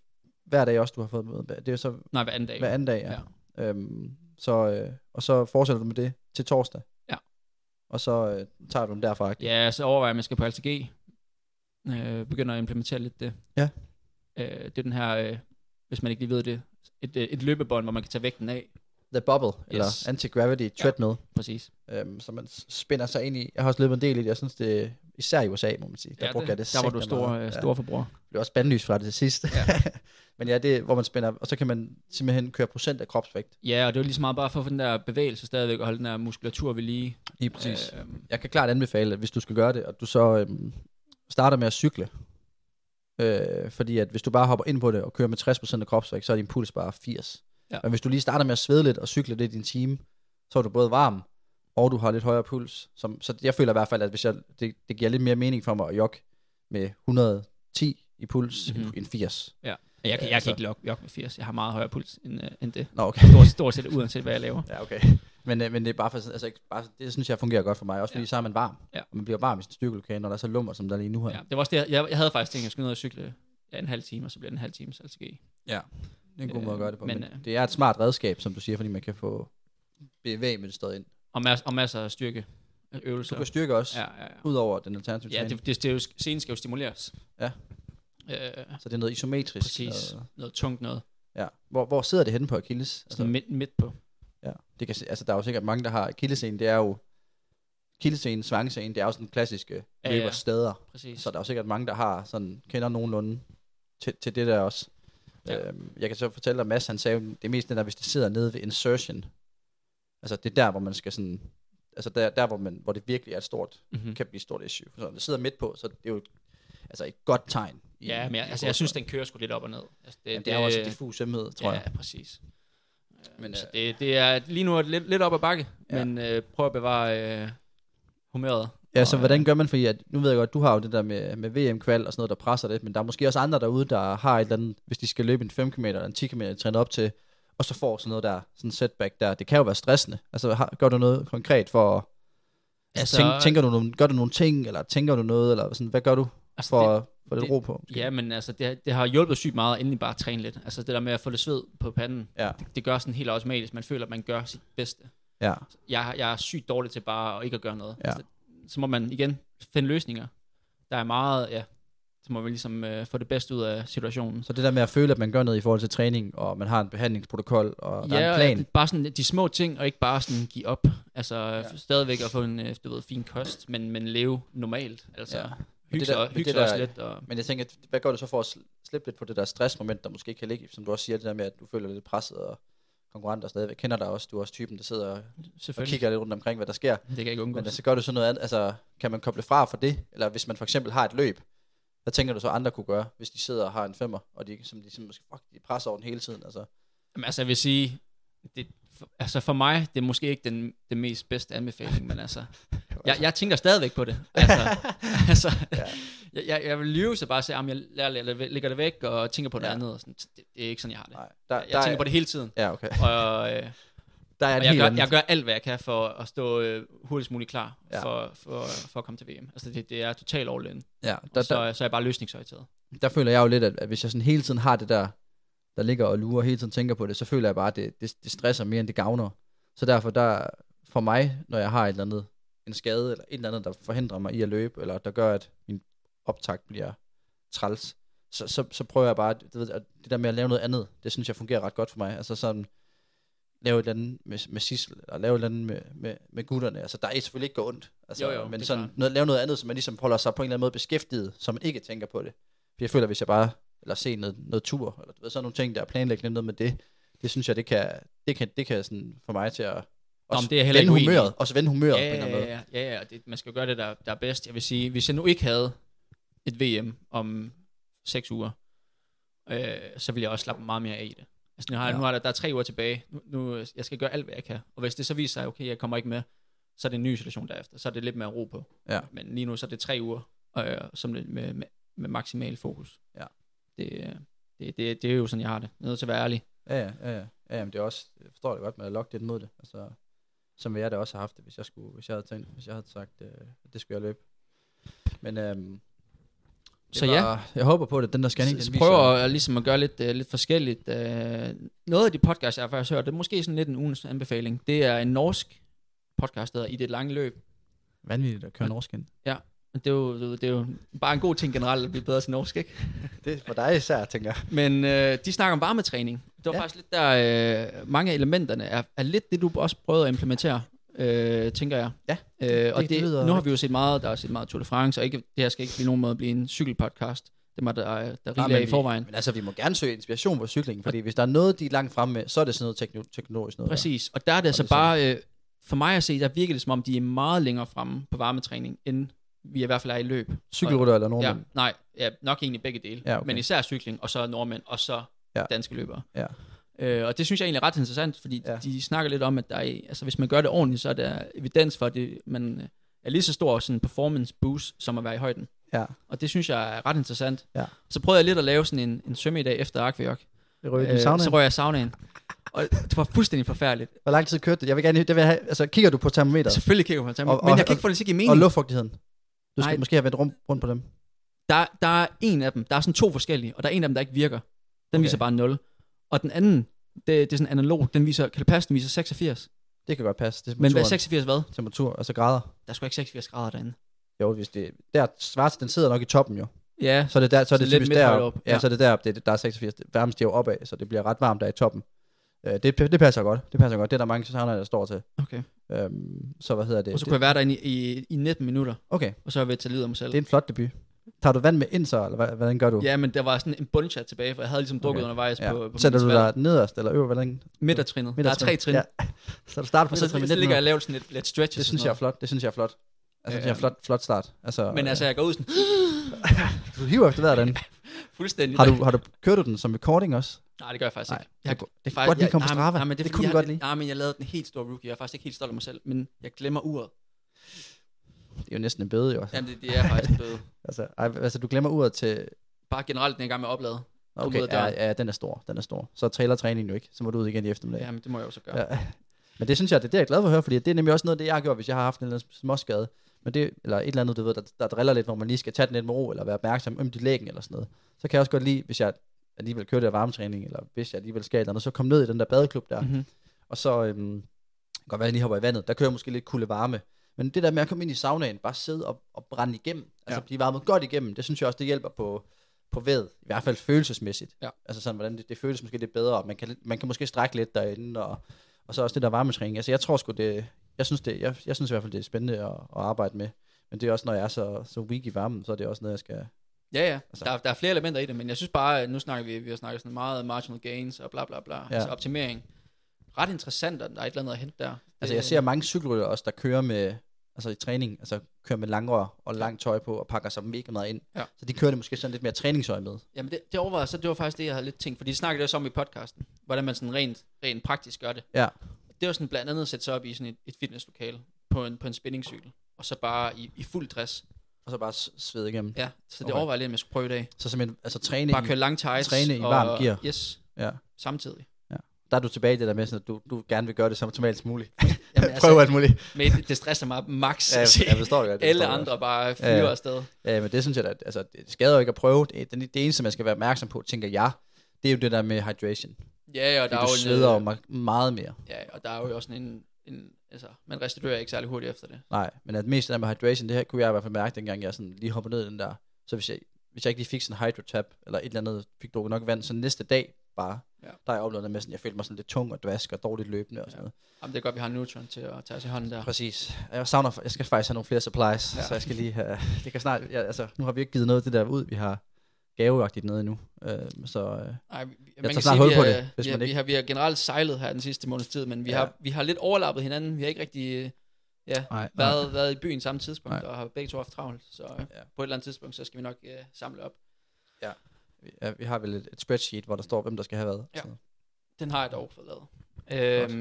S4: hver dag også, du har fået med? Det er så
S5: Nej, hver anden dag.
S4: hver anden dag, ja.
S5: Ja.
S4: ja. Øhm, så, øh, og så fortsætter du med det til torsdag?
S5: Ja.
S4: Og så øh, tager du dem derfra? ikke?
S5: Ja, så overvejer jeg, om jeg skal på LTG. Øh, begynder at implementere lidt det.
S4: Ja.
S5: Øh, det er den her, øh, hvis man ikke lige ved det, et, øh, et løbebånd, hvor man kan tage vægten af.
S4: The Bubble, yes. eller
S5: Yes.
S4: Anti-Gravity Treadmill.
S5: Præcis.
S4: øhm, som man s- spænder sig ind i. Jeg har også løbet en del i det, jeg synes det, især i USA, må man sige. Der
S5: ja,
S4: brugte jeg det
S5: der var du
S4: satme
S5: stor,
S4: meget.
S5: øh, stor forbruger.
S4: Jeg blev også bandlyst fra det til sidst. Ja. Men ja, det er, hvor man spænder, og så kan man simpelthen køre procent af kropsvægt.
S5: Ja, og det var lige så meget bare for at få den der bevægelse stadigvæk, og holde den der muskulatur ved lige.
S4: I
S5: Øh,
S4: Jeg kan klart anbefale, at hvis du skal gøre det, og du så øhm, starter med at cykle, øh, fordi at hvis du bare hopper ind på det og kører med 60% af kropsvægt, så er din puls bare 80. Ja.
S5: Ja.
S4: Men hvis du lige starter med at svede lidt og cykle lidt i en time, så er du både varm, og du har lidt højere puls. Som, så jeg føler i hvert fald, at hvis jeg, det, det giver lidt mere mening for mig at jogge med 110 i puls mm-hmm.
S5: Mhm.
S4: end 80.
S5: jeg, jeg,
S4: Ja,
S5: kan, jeg
S4: altså.
S5: kan ikke logge jog med 80. Jeg har meget højere puls end, øh, end det.
S4: Nå, okay.
S5: Stort, stort set uanset, hvad jeg laver.
S4: Ja, okay. Men, øh, men det er bare for, altså, ikke- bare, det synes jeg fungerer godt for mig, også fordi ja. så er man varm.
S5: Ja.
S4: Og man bliver varm i sin styrkelokane, når der er så lummer, som der er lige nu her.
S5: Ja, det var også det, jeg, jeg havde faktisk tænkt, at jeg skulle ned og cykle ja, en halv time, og så bliver det en halv times LTG.
S4: Det er en god
S5: Øh,
S4: måde at gøre det på. Men,
S5: men,
S4: men
S5: øh,
S4: det er et smart redskab, som du siger, fordi man kan få bevægemønstret ind.
S5: Og, mas, og masser af styrke øh,
S4: Du
S5: øvelser.
S4: kan styrke også, ja.
S5: ja, ja, ja.
S4: udover den alternative
S5: ja
S4: træning.
S5: det, det, det er jo, scenen skal jo stimuleres.
S4: Ja.
S5: Øh,
S4: Så det er noget isometrisk.
S5: præcis.
S4: Noget,
S5: Noget tungt noget.
S4: ja. hvor, hvor sidder det henne på Achilles? Altså,
S5: Sådan midt, midt på.
S4: ja. det kan, se- altså, der er jo sikkert mange, der har Achillescenen. Det er jo Achillescenen, svangscenen, det er jo sådan klassiske
S5: Ja,
S4: ja,
S5: ja.
S4: løbersteder.
S5: Præcis.
S4: Så der er jo sikkert mange, der har sådan, kender nogenlunde til, til det der også. Ja.
S5: Ja.
S4: Øhm, jeg kan så fortælle dig, Mads, han sagde, jo, det er mest den der, hvis det sidder nede ved insertion. Altså det er der, hvor man skal sådan, altså der, der hvor, man, hvor det virkelig er et stort,
S5: Mhm.
S4: mm-hmm. kan blive et stort issue. Så når det sidder midt på, så det er jo et, altså et godt tegn. i-
S5: Ja, men jeg,
S4: i
S5: altså, jeg synes,
S4: gåseøjne.
S5: den kører sgu lidt op og ned. Altså,
S4: Jamen, det er jo også en diffus sømhed, tror
S5: ja,
S4: jeg.
S5: præcis.
S4: Men,
S5: Men, så
S4: øh,
S5: det, det er lige nu er det lidt, lidt op ad bakke,
S4: Ja.
S5: ja. men øh, prøv at bevare øh, humøret.
S4: Ja, så
S5: Og,
S4: hvordan
S5: øh,
S4: gør man, fordi at, nu ved jeg godt, du har jo det der med, med VM-kval og sådan noget, der presser lidt, men der er måske også andre derude, der har et eller andet, hvis de skal løbe en 5 km eller en 10 km, trænet op til og så får sådan noget der, sådan en setback der. Det kan jo være stressende. Altså, har, gør du noget konkret for at... Altså,
S5: Altså-
S4: tænk, tænker du nogle, gør du nogle ting, eller tænker du noget, eller sådan, hvad gør du
S5: Altså,
S4: for
S5: det-
S4: at få lidt
S5: det-
S4: ro på?
S5: Ja, men altså, det, har- det har hjulpet sygt meget at endelig bare træne lidt. Altså, det der med at få lidt sved på panden,
S4: Ja.
S5: det, det gør sådan helt automatisk. Man føler, at man gør sit bedste.
S4: Ja,
S5: Jeg, jeg er sygt dårlig til bare at ikke at gøre noget.
S4: Ja.
S5: Altså, så må man igen finde løsninger. Der er meget, ja, så må man ligesom øh, få det bedste ud af situationen.
S4: så det der med at føle, at man gør noget i forhold til træning, og man har en behandlingsprotokol, og der
S5: ja,
S4: er en
S5: og
S4: plan.
S5: at bare sådan de små ting, og ikke bare sådan give op. Altså ja. stadigvæk at få en, øh, du ved, fin kost, men, men leve normalt. Altså
S4: Ja.
S5: ja.
S4: Men
S5: hygge,
S4: det
S5: sig-
S4: der- men
S5: hygge
S4: det
S5: sig også
S4: der-
S5: lidt. Og,
S4: Men jeg tænker, at hvad gør du så for at sl- slippe lidt på det der stressmoment, der måske kan ligge, som du også siger, det der med, at du føler dig lidt presset, og konkurrenter stadigvæk kender dig også, du er også typen, der sidder og, og
S5: selvfølgelig,
S4: kigger lidt rundt omkring, hvad der sker.
S5: det kan jeg ikke undgå.
S4: Men så gør du så noget andet, altså kan man koble fra for det, eller hvis man for eksempel har et løb, hvad tænker du så andre kunne gøre, hvis de sidder og har en femmer, og de, som de simpelthen fuck, de presser over den hele tiden, altså.
S5: Jamen, altså, jeg vil sige, det, for, altså for mig, det er måske ikke den, den mest bedste anbefaling, men altså, jeg, jeg tænker stadigvæk på det. Altså, altså ja. jeg, jeg, jeg vil lyve, så bare sige, at jeg lærer, lærer, lærer, lægger det væk, og tænker på det
S4: Ja.
S5: ja. andet. Og sådan. Det, det er ikke sådan, jeg har det.
S4: Nej, der,
S5: Jeg, jeg tænker på det hele tiden.
S4: Ja, okay.
S5: Og, øh,
S4: Der er en
S5: og jeg,
S4: helt
S5: gør,
S4: anden-
S5: jeg gør alt, hvad jeg kan for at stå øh, hurtigst muligt klar
S4: Ja.
S5: ja. for, for, for at komme til VM. Altså, det, det er totalt all in.
S4: ja, der,
S5: Og så,
S4: der,
S5: så er jeg bare løsningsorienteret.
S4: der føler jeg jo lidt, at, at hvis jeg sådan hele tiden har det der, der ligger og lurer, og hele tiden tænker på det, så føler jeg bare, at det, det, det stresser mere, end det gavner. Så derfor, der for mig, når jeg har et eller andet, en skade, eller et eller andet, der forhindrer mig i at løbe, eller der gør, at min optakt bliver træls, så, så, så prøver jeg bare, du ved, at det der med at lave noget andet, det synes jeg fungerer ret godt for mig. Altså sådan, lave et eller andet med, med Sissel, og lave et eller andet med, med, med gutterne. Altså, der er selvfølgelig ikke går ondt. Altså,
S5: Jo, jo, det
S4: men
S5: er
S4: sådan,
S5: klart.
S4: noget, lave noget andet, så man ligesom holder sig på en eller anden måde beskæftiget, så man ikke tænker på det. For jeg føler, hvis jeg bare, eller se noget, noget tur, eller du ved, sådan nogle ting, der er planlæggende noget med det, det synes jeg, det kan, det kan, det kan sådan for mig til at også
S5: men det er jeg heller
S4: vende
S5: ikke uenig i.
S4: humøret, også vende humøret på en
S5: ja,
S4: eller anden
S5: ja,
S4: måde.
S5: ja, ja, ja, og det, man skal jo gøre det, der, der er bedst. Jeg vil sige, hvis jeg nu ikke havde et VM om 6 uger, øh, så ville jeg også slappe meget mere af i det. Altså, nu har,
S4: Ja.
S5: ja. nu har der, der er tre uger tilbage. Nu, nu, øh, jeg skal gøre alt, hvad jeg kan. Og hvis det så viser sig, okay, jeg kommer ikke med, så er det en ny situation derefter. Så er det lidt mere ro på.
S4: Ja.
S5: Men lige nu, så er det tre uger øh, som det, med, med, med maksimal fokus.
S4: Ja.
S5: Det, øh, det, det, det er jo sådan, jeg har det. Jeg er nødt til at være ærlig.
S4: Ja, ja, ja, ja. ja men det er også, jeg forstår det godt med at lokke lidt mod det. Altså, som jeg da også har haft det, hvis jeg, skulle, hvis jeg havde tænkt, hvis jeg havde sagt, øh, at det skulle jeg løbe. Men øhm, det
S5: Så
S4: var,
S5: ja.
S4: jeg håber på det, den der scanning,
S5: Så- så
S4: den
S5: prøver
S4: viser,
S5: at, ligesom at gøre lidt, uh, lidt forskelligt. Uh, noget af de podcasts, jeg har faktisk hørt, det er måske sådan lidt en ugens anbefaling. Det er en norsk podcast, der hedder I det lange løb.
S4: vanvittigt at køre norsk ind.
S5: Det er, jo, du ved, det er jo bare en god ting generelt at blive bedre til norsk, ikke?
S4: Det er for dig især, tænker jeg.
S5: Men øh, de snakker om varmetræning. Det var
S4: Ja.
S5: ja. faktisk lidt der, øh, mange af elementerne er, er lidt det, du også prøvede at implementere, øh, tænker jeg.
S4: Ja,
S5: øh, og
S4: det
S5: det,
S4: lyder
S5: det nu har vi jo set meget, der er set meget Tour de France, og ikke, det her skal ikke blive nogen måde at blive en cykelpodcast. Det er der, øh, der, der rigeligt af i forvejen.
S4: Vi, men altså, vi må gerne søge inspiration på cyklingen, fordi hvis der er noget, de er langt fremme med, så er det sådan noget tekno- teknologisk noget. der.
S5: Præcis, og der er det altså
S4: det er
S5: bare, øh, for mig at se, der virker det som om, de er meget længere fremme på varmetræning, end vi i hvert fald er i løb.
S4: Cykelrytter eller
S5: Ja,
S4: nordmænd.
S5: nej, ja, nok egentlig begge dele,
S4: Ja, okay.
S5: men især cykling, og så nordmænd, og så
S4: Ja.
S5: ja. danske løbere.
S4: Ja.
S5: Øh, og det synes jeg egentlig er ret interessant, fordi
S4: Ja.
S5: ja. de snakker lidt om, at der er, altså, hvis man gør det ordentligt, så er der evidens for, at det, man øh, er lige så stor sådan en performance boost, som at være i højden.
S4: Ja.
S5: Og det synes jeg er ret interessant.
S4: Ja.
S5: Så prøvede jeg lidt at lave sådan en, en svømmedag efter Aquajok.
S4: Det ryger øh,
S5: så røg jeg saunaen. Og det var fuldstændig forfærdeligt.
S4: Hvor lang tid kørte det? Jeg vil gerne, det vil jeg have, altså, kigger du på termometeret
S5: Selvfølgelig kigger man på termometer,
S4: Og-
S5: men
S4: og-
S5: jeg kan ikke få det til at give
S4: og
S5: mening.
S4: luftfugtigheden? Du skal
S5: Nej.
S4: Nej. måske have vendt rum, rundt på dem.
S5: Der, der er en af dem, der er sådan to forskellige, og der er en af dem, der ikke virker. Den
S4: Okay.
S5: okay. viser bare 0. Og den anden, det, det er sådan analog, den viser, kalpasten viser 86.
S4: Det kan godt passe. Det er
S5: Men hvad er
S4: temperaturen.
S5: 86 hvad?
S4: Temperatur, altså grader.
S5: Der skulle ikke 86 grader derinde.
S4: Jo, hvis det, der svart, den sidder nok i toppen jo.
S5: Ja,
S4: Så er det, der, så er
S5: Så
S4: det
S5: lidt
S4: typisk
S5: midt højt
S4: deroppe.
S5: op,
S4: Ja.
S5: ja.
S4: så er det deroppe, det, er- der er 86. Varmen stiger jo opad, så det bliver ret varmt der i toppen. Øh, det, det passer godt. Det passer godt. Det er der mange saunaer, der står til.
S5: okay.
S4: Øhm, så hvad hedder det?
S5: Og så kunne jeg være derinde i, i, i 19 minutter,
S4: Okay,
S5: og så er jeg ved at tage livet af mig selv.
S4: det er en flot debut. Tager du vand med ind så, eller hvad, hvordan gør du?
S5: Ja, men der var sådan en bundchat tilbage, for jeg havde ligesom drukket
S4: Okay.
S5: okay. undervejs ja. på, på
S4: Sætter
S5: min
S4: du
S5: svær-
S4: dig nederst eller øver, hvordan?
S5: midtertrinnet. Der er
S4: midtertrin?
S5: tre trin.
S4: Ja.
S5: Ja.
S4: Så du starter på
S5: Og så,
S4: midtertrin med
S5: så
S4: lidt
S5: ligger jeg
S4: ned.
S5: og laver sådan lidt, lidt stretches.
S4: Det
S5: og
S4: synes
S5: sådan
S4: jeg er flot. Det synes jeg er flot. Altså, det er en
S5: Øhm.
S4: flot, flot start. Altså, øh,
S5: noget. Men altså, jeg går ud sådan
S4: Du hiver efter hver den.
S5: fuldstændig.
S4: Har du, har du, kørt du den som recording også?
S5: Nej, det gør jeg faktisk
S4: Nej,
S5: ikke. Jeg,
S4: det-
S5: det er
S4: godt lige komme på
S5: nej, men-
S4: Strava.
S5: Nej, men det,
S4: Det
S5: det
S4: kunne
S5: kunne
S4: du
S5: jeg,
S4: godt lide.
S5: Nej, men jeg lavede den helt store rookie. Jeg er faktisk ikke helt stolt af mig selv, men jeg glemmer uret.
S4: Det er jo næsten en bøde, jo. Altså,
S5: Jamen, det, det er faktisk en bøde.
S4: altså, ej, altså du glemmer uret til...
S5: Bare generelt den gang med opladet. kom
S4: Okay,
S5: ud af
S4: ja,
S5: døren.
S4: ja, den er stor, den er stor. Så trailer træningen jo ikke, så må du ud igen i eftermiddag.
S5: Jamen, det må jeg jo så gøre. Ja.
S4: Ja. Men det synes jeg, det er, det er jeg glad for at høre, fordi det er nemlig også noget af det, jeg har gjort, hvis jeg har haft en eller anden småskade. Men det, eller et eller andet, du ved, der, der driller lidt, hvor man lige skal tage den lidt med ro, eller være opmærksom om de lægen eller sådan noget. Så kan jeg også godt lide, hvis jeg alligevel kører der varmetræning, eller hvis jeg alligevel skal et eller andet, så komme ned i den der badeklub der.
S5: Mhm.
S4: Mm-hmm. Og så øhm, det kan godt være, at jeg lige hopper i vandet. Der kører jeg måske lidt kulde varme. Men det der med at komme ind i saunaen, bare sidde og, og brænde igennem, altså
S5: Ja.
S4: blive varmet godt igennem, det synes jeg også, det hjælper på, på ved, i hvert fald følelsesmæssigt.
S5: Ja.
S4: Altså sådan, hvordan det, det føles måske lidt bedre, og man kan, man kan måske strække lidt derinde, og, og så også det der varmetræning. Altså jeg tror sgu det, jeg synes, det, jeg, jeg synes i hvert fald, det er spændende at, at arbejde med. Men det er også, når jeg er så, så weak i varmen, så er det også noget, jeg skal...
S5: Ja, ja.
S4: Altså.
S5: Der, er- der er flere elementer i det, men jeg synes bare, at nu snakker vi, vi har snakket sådan meget marginal gains og bla bla bla, ja. altså optimering. Ret interessant, at der er et eller andet at hente der.
S4: Altså
S5: Det-
S4: jeg ser mange cykelrytter også, der kører med altså i træning, altså kører med langrør og langt tøj på, og pakker sig mega meget ind.
S5: Ja.
S4: Så de kører det måske sådan lidt mere træningsøj med.
S5: Jamen det, det overvejede jeg så det var faktisk det, jeg havde lidt tænkt, fordi det snakkede jeg også om i podcasten, hvordan man sådan rent, rent praktisk gør det.
S4: Ja.
S5: Det var sådan blandt andet at sætte sig op i sådan et, et fitnesslokale på en, på en spinningcykel, og så bare i, i fuld dress.
S4: Og så bare s- svede igennem.
S5: Ja, så det
S4: Okay.
S5: okay. overvejede jeg lidt, om jeg skulle prøve i dag.
S4: Så simpelthen, altså træning,
S5: Bare køre lang tights.
S4: Træne i
S5: og-
S4: varmt gear.
S5: Yes,
S4: ja.
S5: samtidig.
S4: der er du tilbage i det der med, sådan, at du, du gerne vil gøre det så optimalt som muligt.
S5: Jamen,
S4: Prøv alt muligt.
S5: Mate, det- det stresser mig max
S4: Ja,
S5: at se
S4: jeg forstår det godt, jeg
S5: alle
S4: forstår det
S5: andre bare flyver
S4: Ja,
S5: ja,
S4: ja.
S5: ja. afsted.
S4: Ja, men det synes jeg, at altså, det skader jo ikke at prøve. Det, det, det eneste, man skal være opmærksom på, tænker jeg, det er jo det der med hydration.
S5: Ja, ja, og
S4: Fordi
S5: der er jo
S4: du
S5: en-
S4: sveder jo ma- meget mere.
S5: Ja, og der er jo også sådan en, en altså, man restituerer ikke særlig hurtigt efter det.
S4: Nej, men at mest det der med hydration, det her kunne jeg i hvert fald mærke, dengang jeg sådan lige hoppede ned i den der. Så hvis jeg, hvis jeg ikke lige fik sådan en hydrotab, eller et eller andet, fik drukket nok vand, så næste dag bare, ja.
S5: Ja.
S4: der har jeg oplevet det med sådan, jeg følte mig sådan lidt tung og dvask og dårligt løbende og sådan noget.
S5: Jamen, det er godt, vi har Neutron til at tage os i hånden der.
S4: Præcis. Jeg savner, jeg skal faktisk have nogle flere supplies, ja.
S5: Ja.
S4: så jeg skal lige have, det kan snart, jeg, altså, nu har vi ikke givet noget af det der ud, vi har gaveagtigt noget endnu. Øh, så øh,
S5: Ej, vi- man
S4: tager snart
S5: kan sige,
S4: hul
S5: vi
S4: på
S5: er-
S4: det, hvis
S5: vi,
S4: man
S5: er-
S4: ikke-
S5: Vi har, vi har generelt sejlet her den sidste måneds tid, men vi,
S4: Ja.
S5: ja. har, vi har lidt overlappet hinanden. Vi har ikke rigtig øh, ja,
S4: nej, nej.
S5: været, været i byen samme tidspunkt,
S4: Nej.
S5: og har begge to haft travlt. Så ja. på et eller andet tidspunkt, så skal vi nok øh, samle op.
S4: Ja, vi har vel et, et spreadsheet, hvor der står, hvem der skal have hvad.
S5: Ja.
S4: Så.
S5: Den har jeg dog fået lavet. Øhm,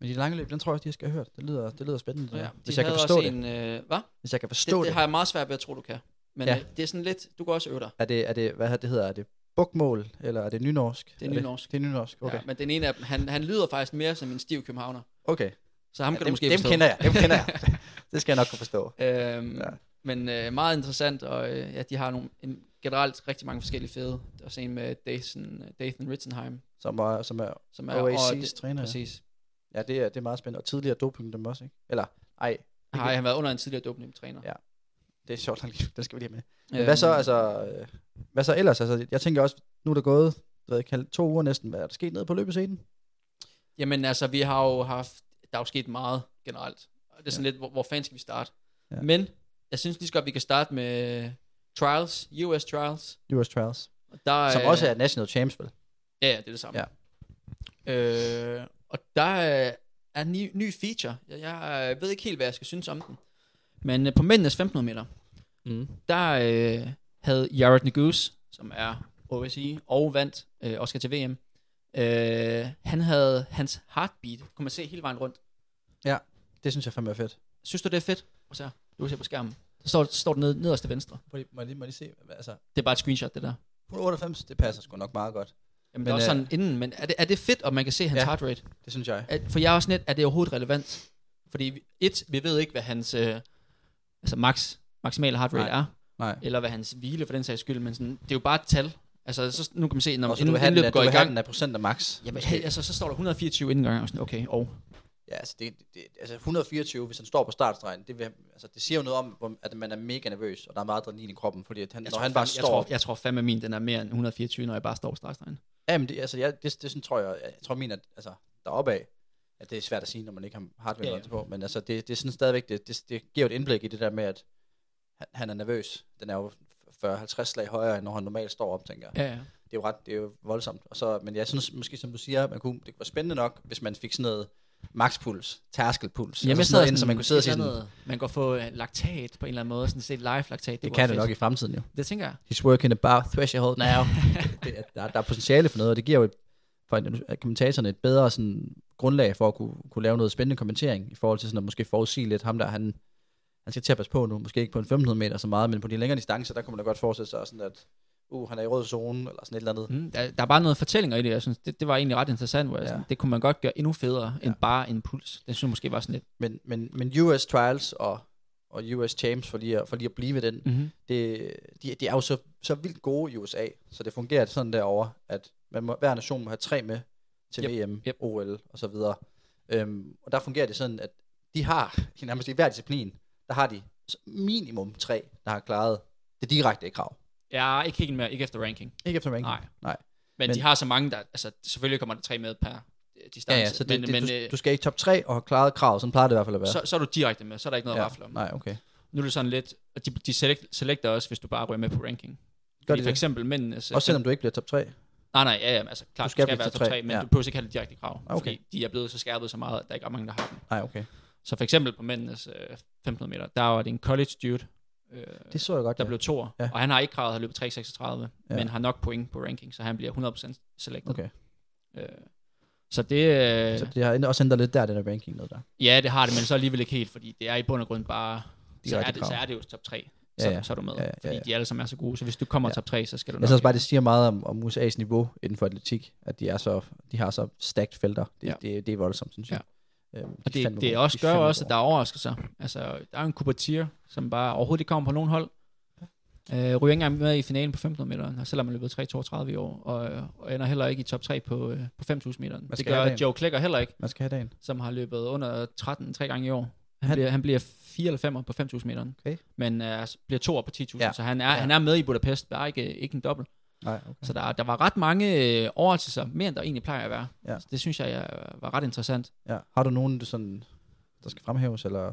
S4: Men de lange løb, den tror jeg, de skal have hørt. Det lyder, det lyder spændende.
S5: ja,
S4: det
S5: ja.
S4: her.
S5: De
S4: Hvis jeg kan
S5: havde
S4: forstå
S5: også
S4: det.
S5: En, øh, hvad?
S4: Hvis jeg kan forstå
S5: Det,
S4: det.
S5: det har jeg meget svært ved at tro, du kan. Men
S4: Ja.
S5: ja. øh, det er sådan lidt, du kan også øve dig.
S4: Er det, er det, hvad er det hedder, er det bukmål, eller er det nynorsk?
S5: Det er nynorsk.
S4: Det, det er nynorsk, okay.
S5: Okay.
S4: Ja.
S5: Ja, men den ene af dem, han, han lyder faktisk mere som en stiv københavner.
S4: Okay,
S5: Så ham ja, kan
S4: dem,
S5: du måske
S4: dem
S5: forstå.
S4: kender jeg, dem kender jeg. det skal jeg nok kunne forstå.
S5: Øhm,
S4: Ja.
S5: ja. Men øh, meget interessant, og øh, ja, de har nogle, en, generelt rigtig mange forskellige fede. Der er også en med Dathan, Dathan Rittenheim,
S4: Som er, som er
S5: som er... og
S4: OAC's
S5: det-
S4: træner.
S5: Præcis.
S4: Ja, det er, det er meget spændende. Og tidligere doping dem også, ikke? Eller, ej,
S5: Har han har været under en tidligere dopingtræner.
S4: Ja. det er sjovt, nok lige- den skal vi lige have med. Men
S5: Øhm,
S4: hvad så, altså, øh, hvad så ellers? Altså, jeg tænker også, nu er der gået, jeg ved ikke, halv- to uger næsten, hvad er der sket nede på løbescenen?
S5: Jamen altså, vi har jo haft... Der er jo sket meget generelt. Og det er sådan lidt, hvor, hvor fanden skal vi starte?
S4: Ja.
S5: Ja. Men jeg synes lige så godt, vi kan starte med trials, US trials.
S4: US Trials.
S5: Og Der,
S4: Som
S5: øh,
S4: også er National Champs, vel?
S5: Ja, ja, det er det samme.
S4: Ja.
S5: Øh, og der øh, er en ny, ny feature. Jeg, jeg øh, ved ikke helt, hvad jeg skal synes om den. Men øh, på mændenes 1500 meter,
S4: Mm.
S5: der øh, havde Jared Neguse, som er OSI og vandt øh, Oscar til VM, øh, han havde hans heartbeat, kunne man se hele vejen rundt.
S4: Det synes jeg fandme er fedt.
S5: Synes du, det er fedt? Prøv at se her. Du kan se på skærmen. Så står, står det ned, nederst til venstre.
S4: Må jeg lige, må lige se, altså,
S5: Det er bare et screenshot, det der.
S4: 198, det passer sgu nok meget godt.
S5: Jamen,
S4: Men,
S5: det er også
S4: øh,
S5: sådan inden, men er det, er det fedt, at man kan se hans
S4: Ja.
S5: ja. heart rate?
S4: Det synes jeg.
S5: at, for jeg er også net, er det overhovedet relevant? Fordi vi- et, vi ved ikke, hvad hans øh, altså max, maximal heart rate
S4: Nej.
S5: er,
S4: Nej.
S5: eller hvad hans hvile for den sags skyld, men sådan, det er jo bare et tal. Altså, så, nu kan man se, når
S4: Og
S5: man
S4: så du vil
S5: inden
S4: have den,
S5: indløbet
S4: af-
S5: går
S4: du
S5: i
S4: vil have
S5: gang,
S4: den af procent af max.
S5: jamen,
S4: måske.
S5: hey, altså, så står der 124 inden gang, og sådan, okay, og
S4: Ja, altså, det, det, altså 124, hvis han står på startstregen, det, vil, altså, det siger jo noget om, hvor- at man er mega nervøs, og der er meget adrenalin i kroppen, fordi at han, når han bare
S5: jeg tror,
S4: står...
S5: jeg tror fandme min, den er mere end 124, når jeg bare står på startstregen.
S4: Jamen, det, altså, jeg, det, det sådan, tror jeg, jeg tror min, at altså, deroppe af, at det er svært at sige, når man ikke har hardware
S5: Ja,
S4: ja,
S5: ja.
S4: ja. på, men altså, det, det er sådan stadigvæk, det, det, det giver jo et indblik i det der med, at han, han er nervøs. Den er jo 40-50 slag højere, end når han normalt står op, tænker jeg.
S5: Ja, ja.
S4: det er jo ret, det er jo voldsomt. Og så, men jeg synes måske, som du siger, man kunne, det var spændende nok, hvis man fik sådan noget makspuls, tærskelpuls,
S5: Jamen,
S4: altså sådan noget, ind, så man kunne sidde og sige sådan,
S5: man kan få øh, laktat på en eller anden måde, sådan set live laktat.
S4: det
S5: var
S4: kan det
S5: fedt.
S4: nok i fremtiden jo.
S5: Det tænker jeg.
S4: He's working above threshold now. det, er- der, der er potentiale for noget, og det giver jo et, for en- kommentatorerne et bedre sådan, grundlag for at kunne, kunne lave noget spændende kommentering, i forhold til sådan at måske forudsige lidt ham der, han, han skal til at passe på nu, måske ikke på en 1500 meter så meget, men på de længere distancer, der kunne man da godt forestille sig sådan, at uh, han er i rød zone, eller sådan et eller andet.
S5: Mm, der, der er bare noget fortællinger i det, jeg synes, det, det var egentlig ret interessant, hvor jeg,
S4: Ja.
S5: sådan, det kunne man godt gøre endnu federe, end bare en puls. Det synes jeg måske var sådan lidt,
S4: Men, men, men US Trials og, og US Champs, for lige at, for lige at blive ved den,
S5: mm-hmm.
S4: det, de, de er jo så, så vildt gode i USA, så det fungerer sådan derovre, at man må, hver nation må have tre med til
S5: Yep,
S4: VM,
S5: yep.
S4: OL og så videre. Øhm, og der fungerer det sådan, at de har, i nærmest i hver disciplin, der har de s- minimum tre, der har klaret det direkte krav.
S5: ja, ikke helt mere, ikke efter ranking.
S4: Ikke efter ranking.
S5: Nej.
S4: Nej.
S5: Men,
S4: Men-
S5: men de har så mange, der, altså selvfølgelig kommer der tre med per øh,
S4: Ja,
S5: distance,
S4: ja, så det,
S5: men,
S4: det,
S5: men
S4: du,
S5: øh,
S4: du, skal i top 3 og have klaret kravet, sådan plejer det i hvert fald at være.
S5: så, så er du direkte med, så er der ikke noget ja. at rafle
S4: ja.
S5: om.
S4: Nej, okay.
S5: Nu er det sådan lidt, og de, de select, selekter også, hvis du bare rører med på ranking.
S4: Gør
S5: Fordi
S4: de
S5: for
S4: det?
S5: eksempel mændenes...
S4: Også selvom du ikke bliver top 3.
S5: Nej, nej, ja, ja, altså klart, du skal, du skal være top 3, men ja. du behøver ikke have det direkte krav,
S4: Ah, okay.
S5: fordi de er blevet så skærpet så meget, at der ikke er mange, der har dem.
S4: Nej, okay.
S5: Så for eksempel på mændenes øh, 1500 meter, der var det en college dude, øh,
S4: Det så jeg godt,
S5: der
S4: ja.
S5: blev toer,
S4: Ja.
S5: ja. og han har ikke kravet at have løbet 336,
S4: Ja.
S5: ja. men har nok point på ranking, så han bliver 100% selected.
S4: Okay.
S5: Øh, så det, øh,
S4: Så det har ændret- også ændret lidt der, det der ranking noget der.
S5: ja, det har det, men så alligevel ikke helt, fordi det er i bund og grund bare, så
S4: Direkte
S5: er, det,
S4: krav.
S5: så er det jo top 3,
S4: Ja,
S5: så,
S4: ja.
S5: så er du med,
S4: Ja, ja,
S5: fordi
S4: ja.
S5: de alle sammen er så gode, så hvis du kommer
S4: Ja.
S5: top 3, så skal du
S4: Jeg
S5: nok...
S4: synes også bare, det siger meget om, om USA's niveau inden for atletik, at de, er så, de har så stacked felter. Det, ja.
S5: Ja.
S4: det, det er voldsomt, synes jeg. Ja. Øhm, de
S5: Og
S4: er
S5: det,
S4: fandme
S5: det
S4: gode.
S5: også
S4: De er
S5: gør
S4: fandme
S5: også, at
S4: gode.
S5: der er overraskelser. Altså, der er en Kubatier, som bare overhovedet ikke kommer på nogen hold. Øh, ryger ikke engang med i finalen på 1500 meter, og selvom han løbet 3.32 i år, og, øh, og ender heller ikke i top 3 på, øh, på 5.000 meter.
S4: Hvad
S5: Det
S4: skal han
S5: gør
S4: have?
S5: Joe Klikker heller ikke,
S4: Man skal have dagen.
S5: som har løbet under 13 tre gange i år.
S4: Han-
S5: Han, han, bliver, han bliver 4 eller 5 på 5.000 meter,
S4: Okay.
S5: men øh, bliver 2 på 10.000,
S4: Ja.
S5: ja. så han er, ja. han er med i Budapest, bare ikke, ikke en dobbelt.
S4: Nej, okay.
S5: Så der, der var ret mange øh, overraskelser, mere end der egentlig plejer at være.
S4: Ja.
S5: Så Det synes jeg, jeg var ret interessant.
S4: Ja. Har du nogen, du sådan, der skal fremhæves? Eller?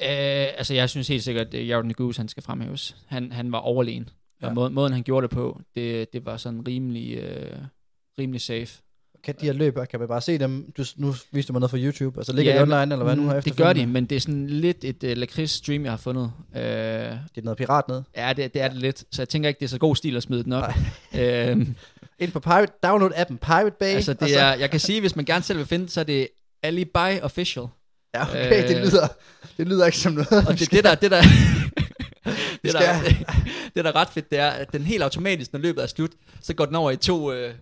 S5: Øh, altså, jeg synes helt sikkert, at Jordan Goose, han skal fremhæves. Han, han var overlegen. Ja.
S4: Ja.
S5: Og måden, måden, han gjorde det på, det, det var sådan rimelig, øh, rimelig safe.
S4: Kan de her løb, kan man bare se dem? Du, nu viste du mig noget fra YouTube. Altså ligger
S5: Ja,
S4: de
S5: men-
S4: online, eller hvad nu
S5: Mm,
S4: har
S5: det gør de, men det er sådan lidt et øh, lakrids-stream, jeg har fundet. Øh,
S4: Det er noget pirat ned.
S5: ja, det, det er det lidt, så jeg tænker ikke, det er så god stil at smide den op. Øh,
S4: Ind på Pirate, download appen Pirate Bay.
S5: altså,
S4: og
S5: det
S4: så,
S5: er, jeg kan sige, hvis man gerne selv vil finde det, så er det Alibi Official.
S4: Ja, okay, det,
S5: øh,
S4: lyder, det lyder ikke som noget.
S5: Og det, det der, det der, det, der, det der er ret fedt, det er, at den helt automatisk, når løbet er slut, så går den over i to, øh,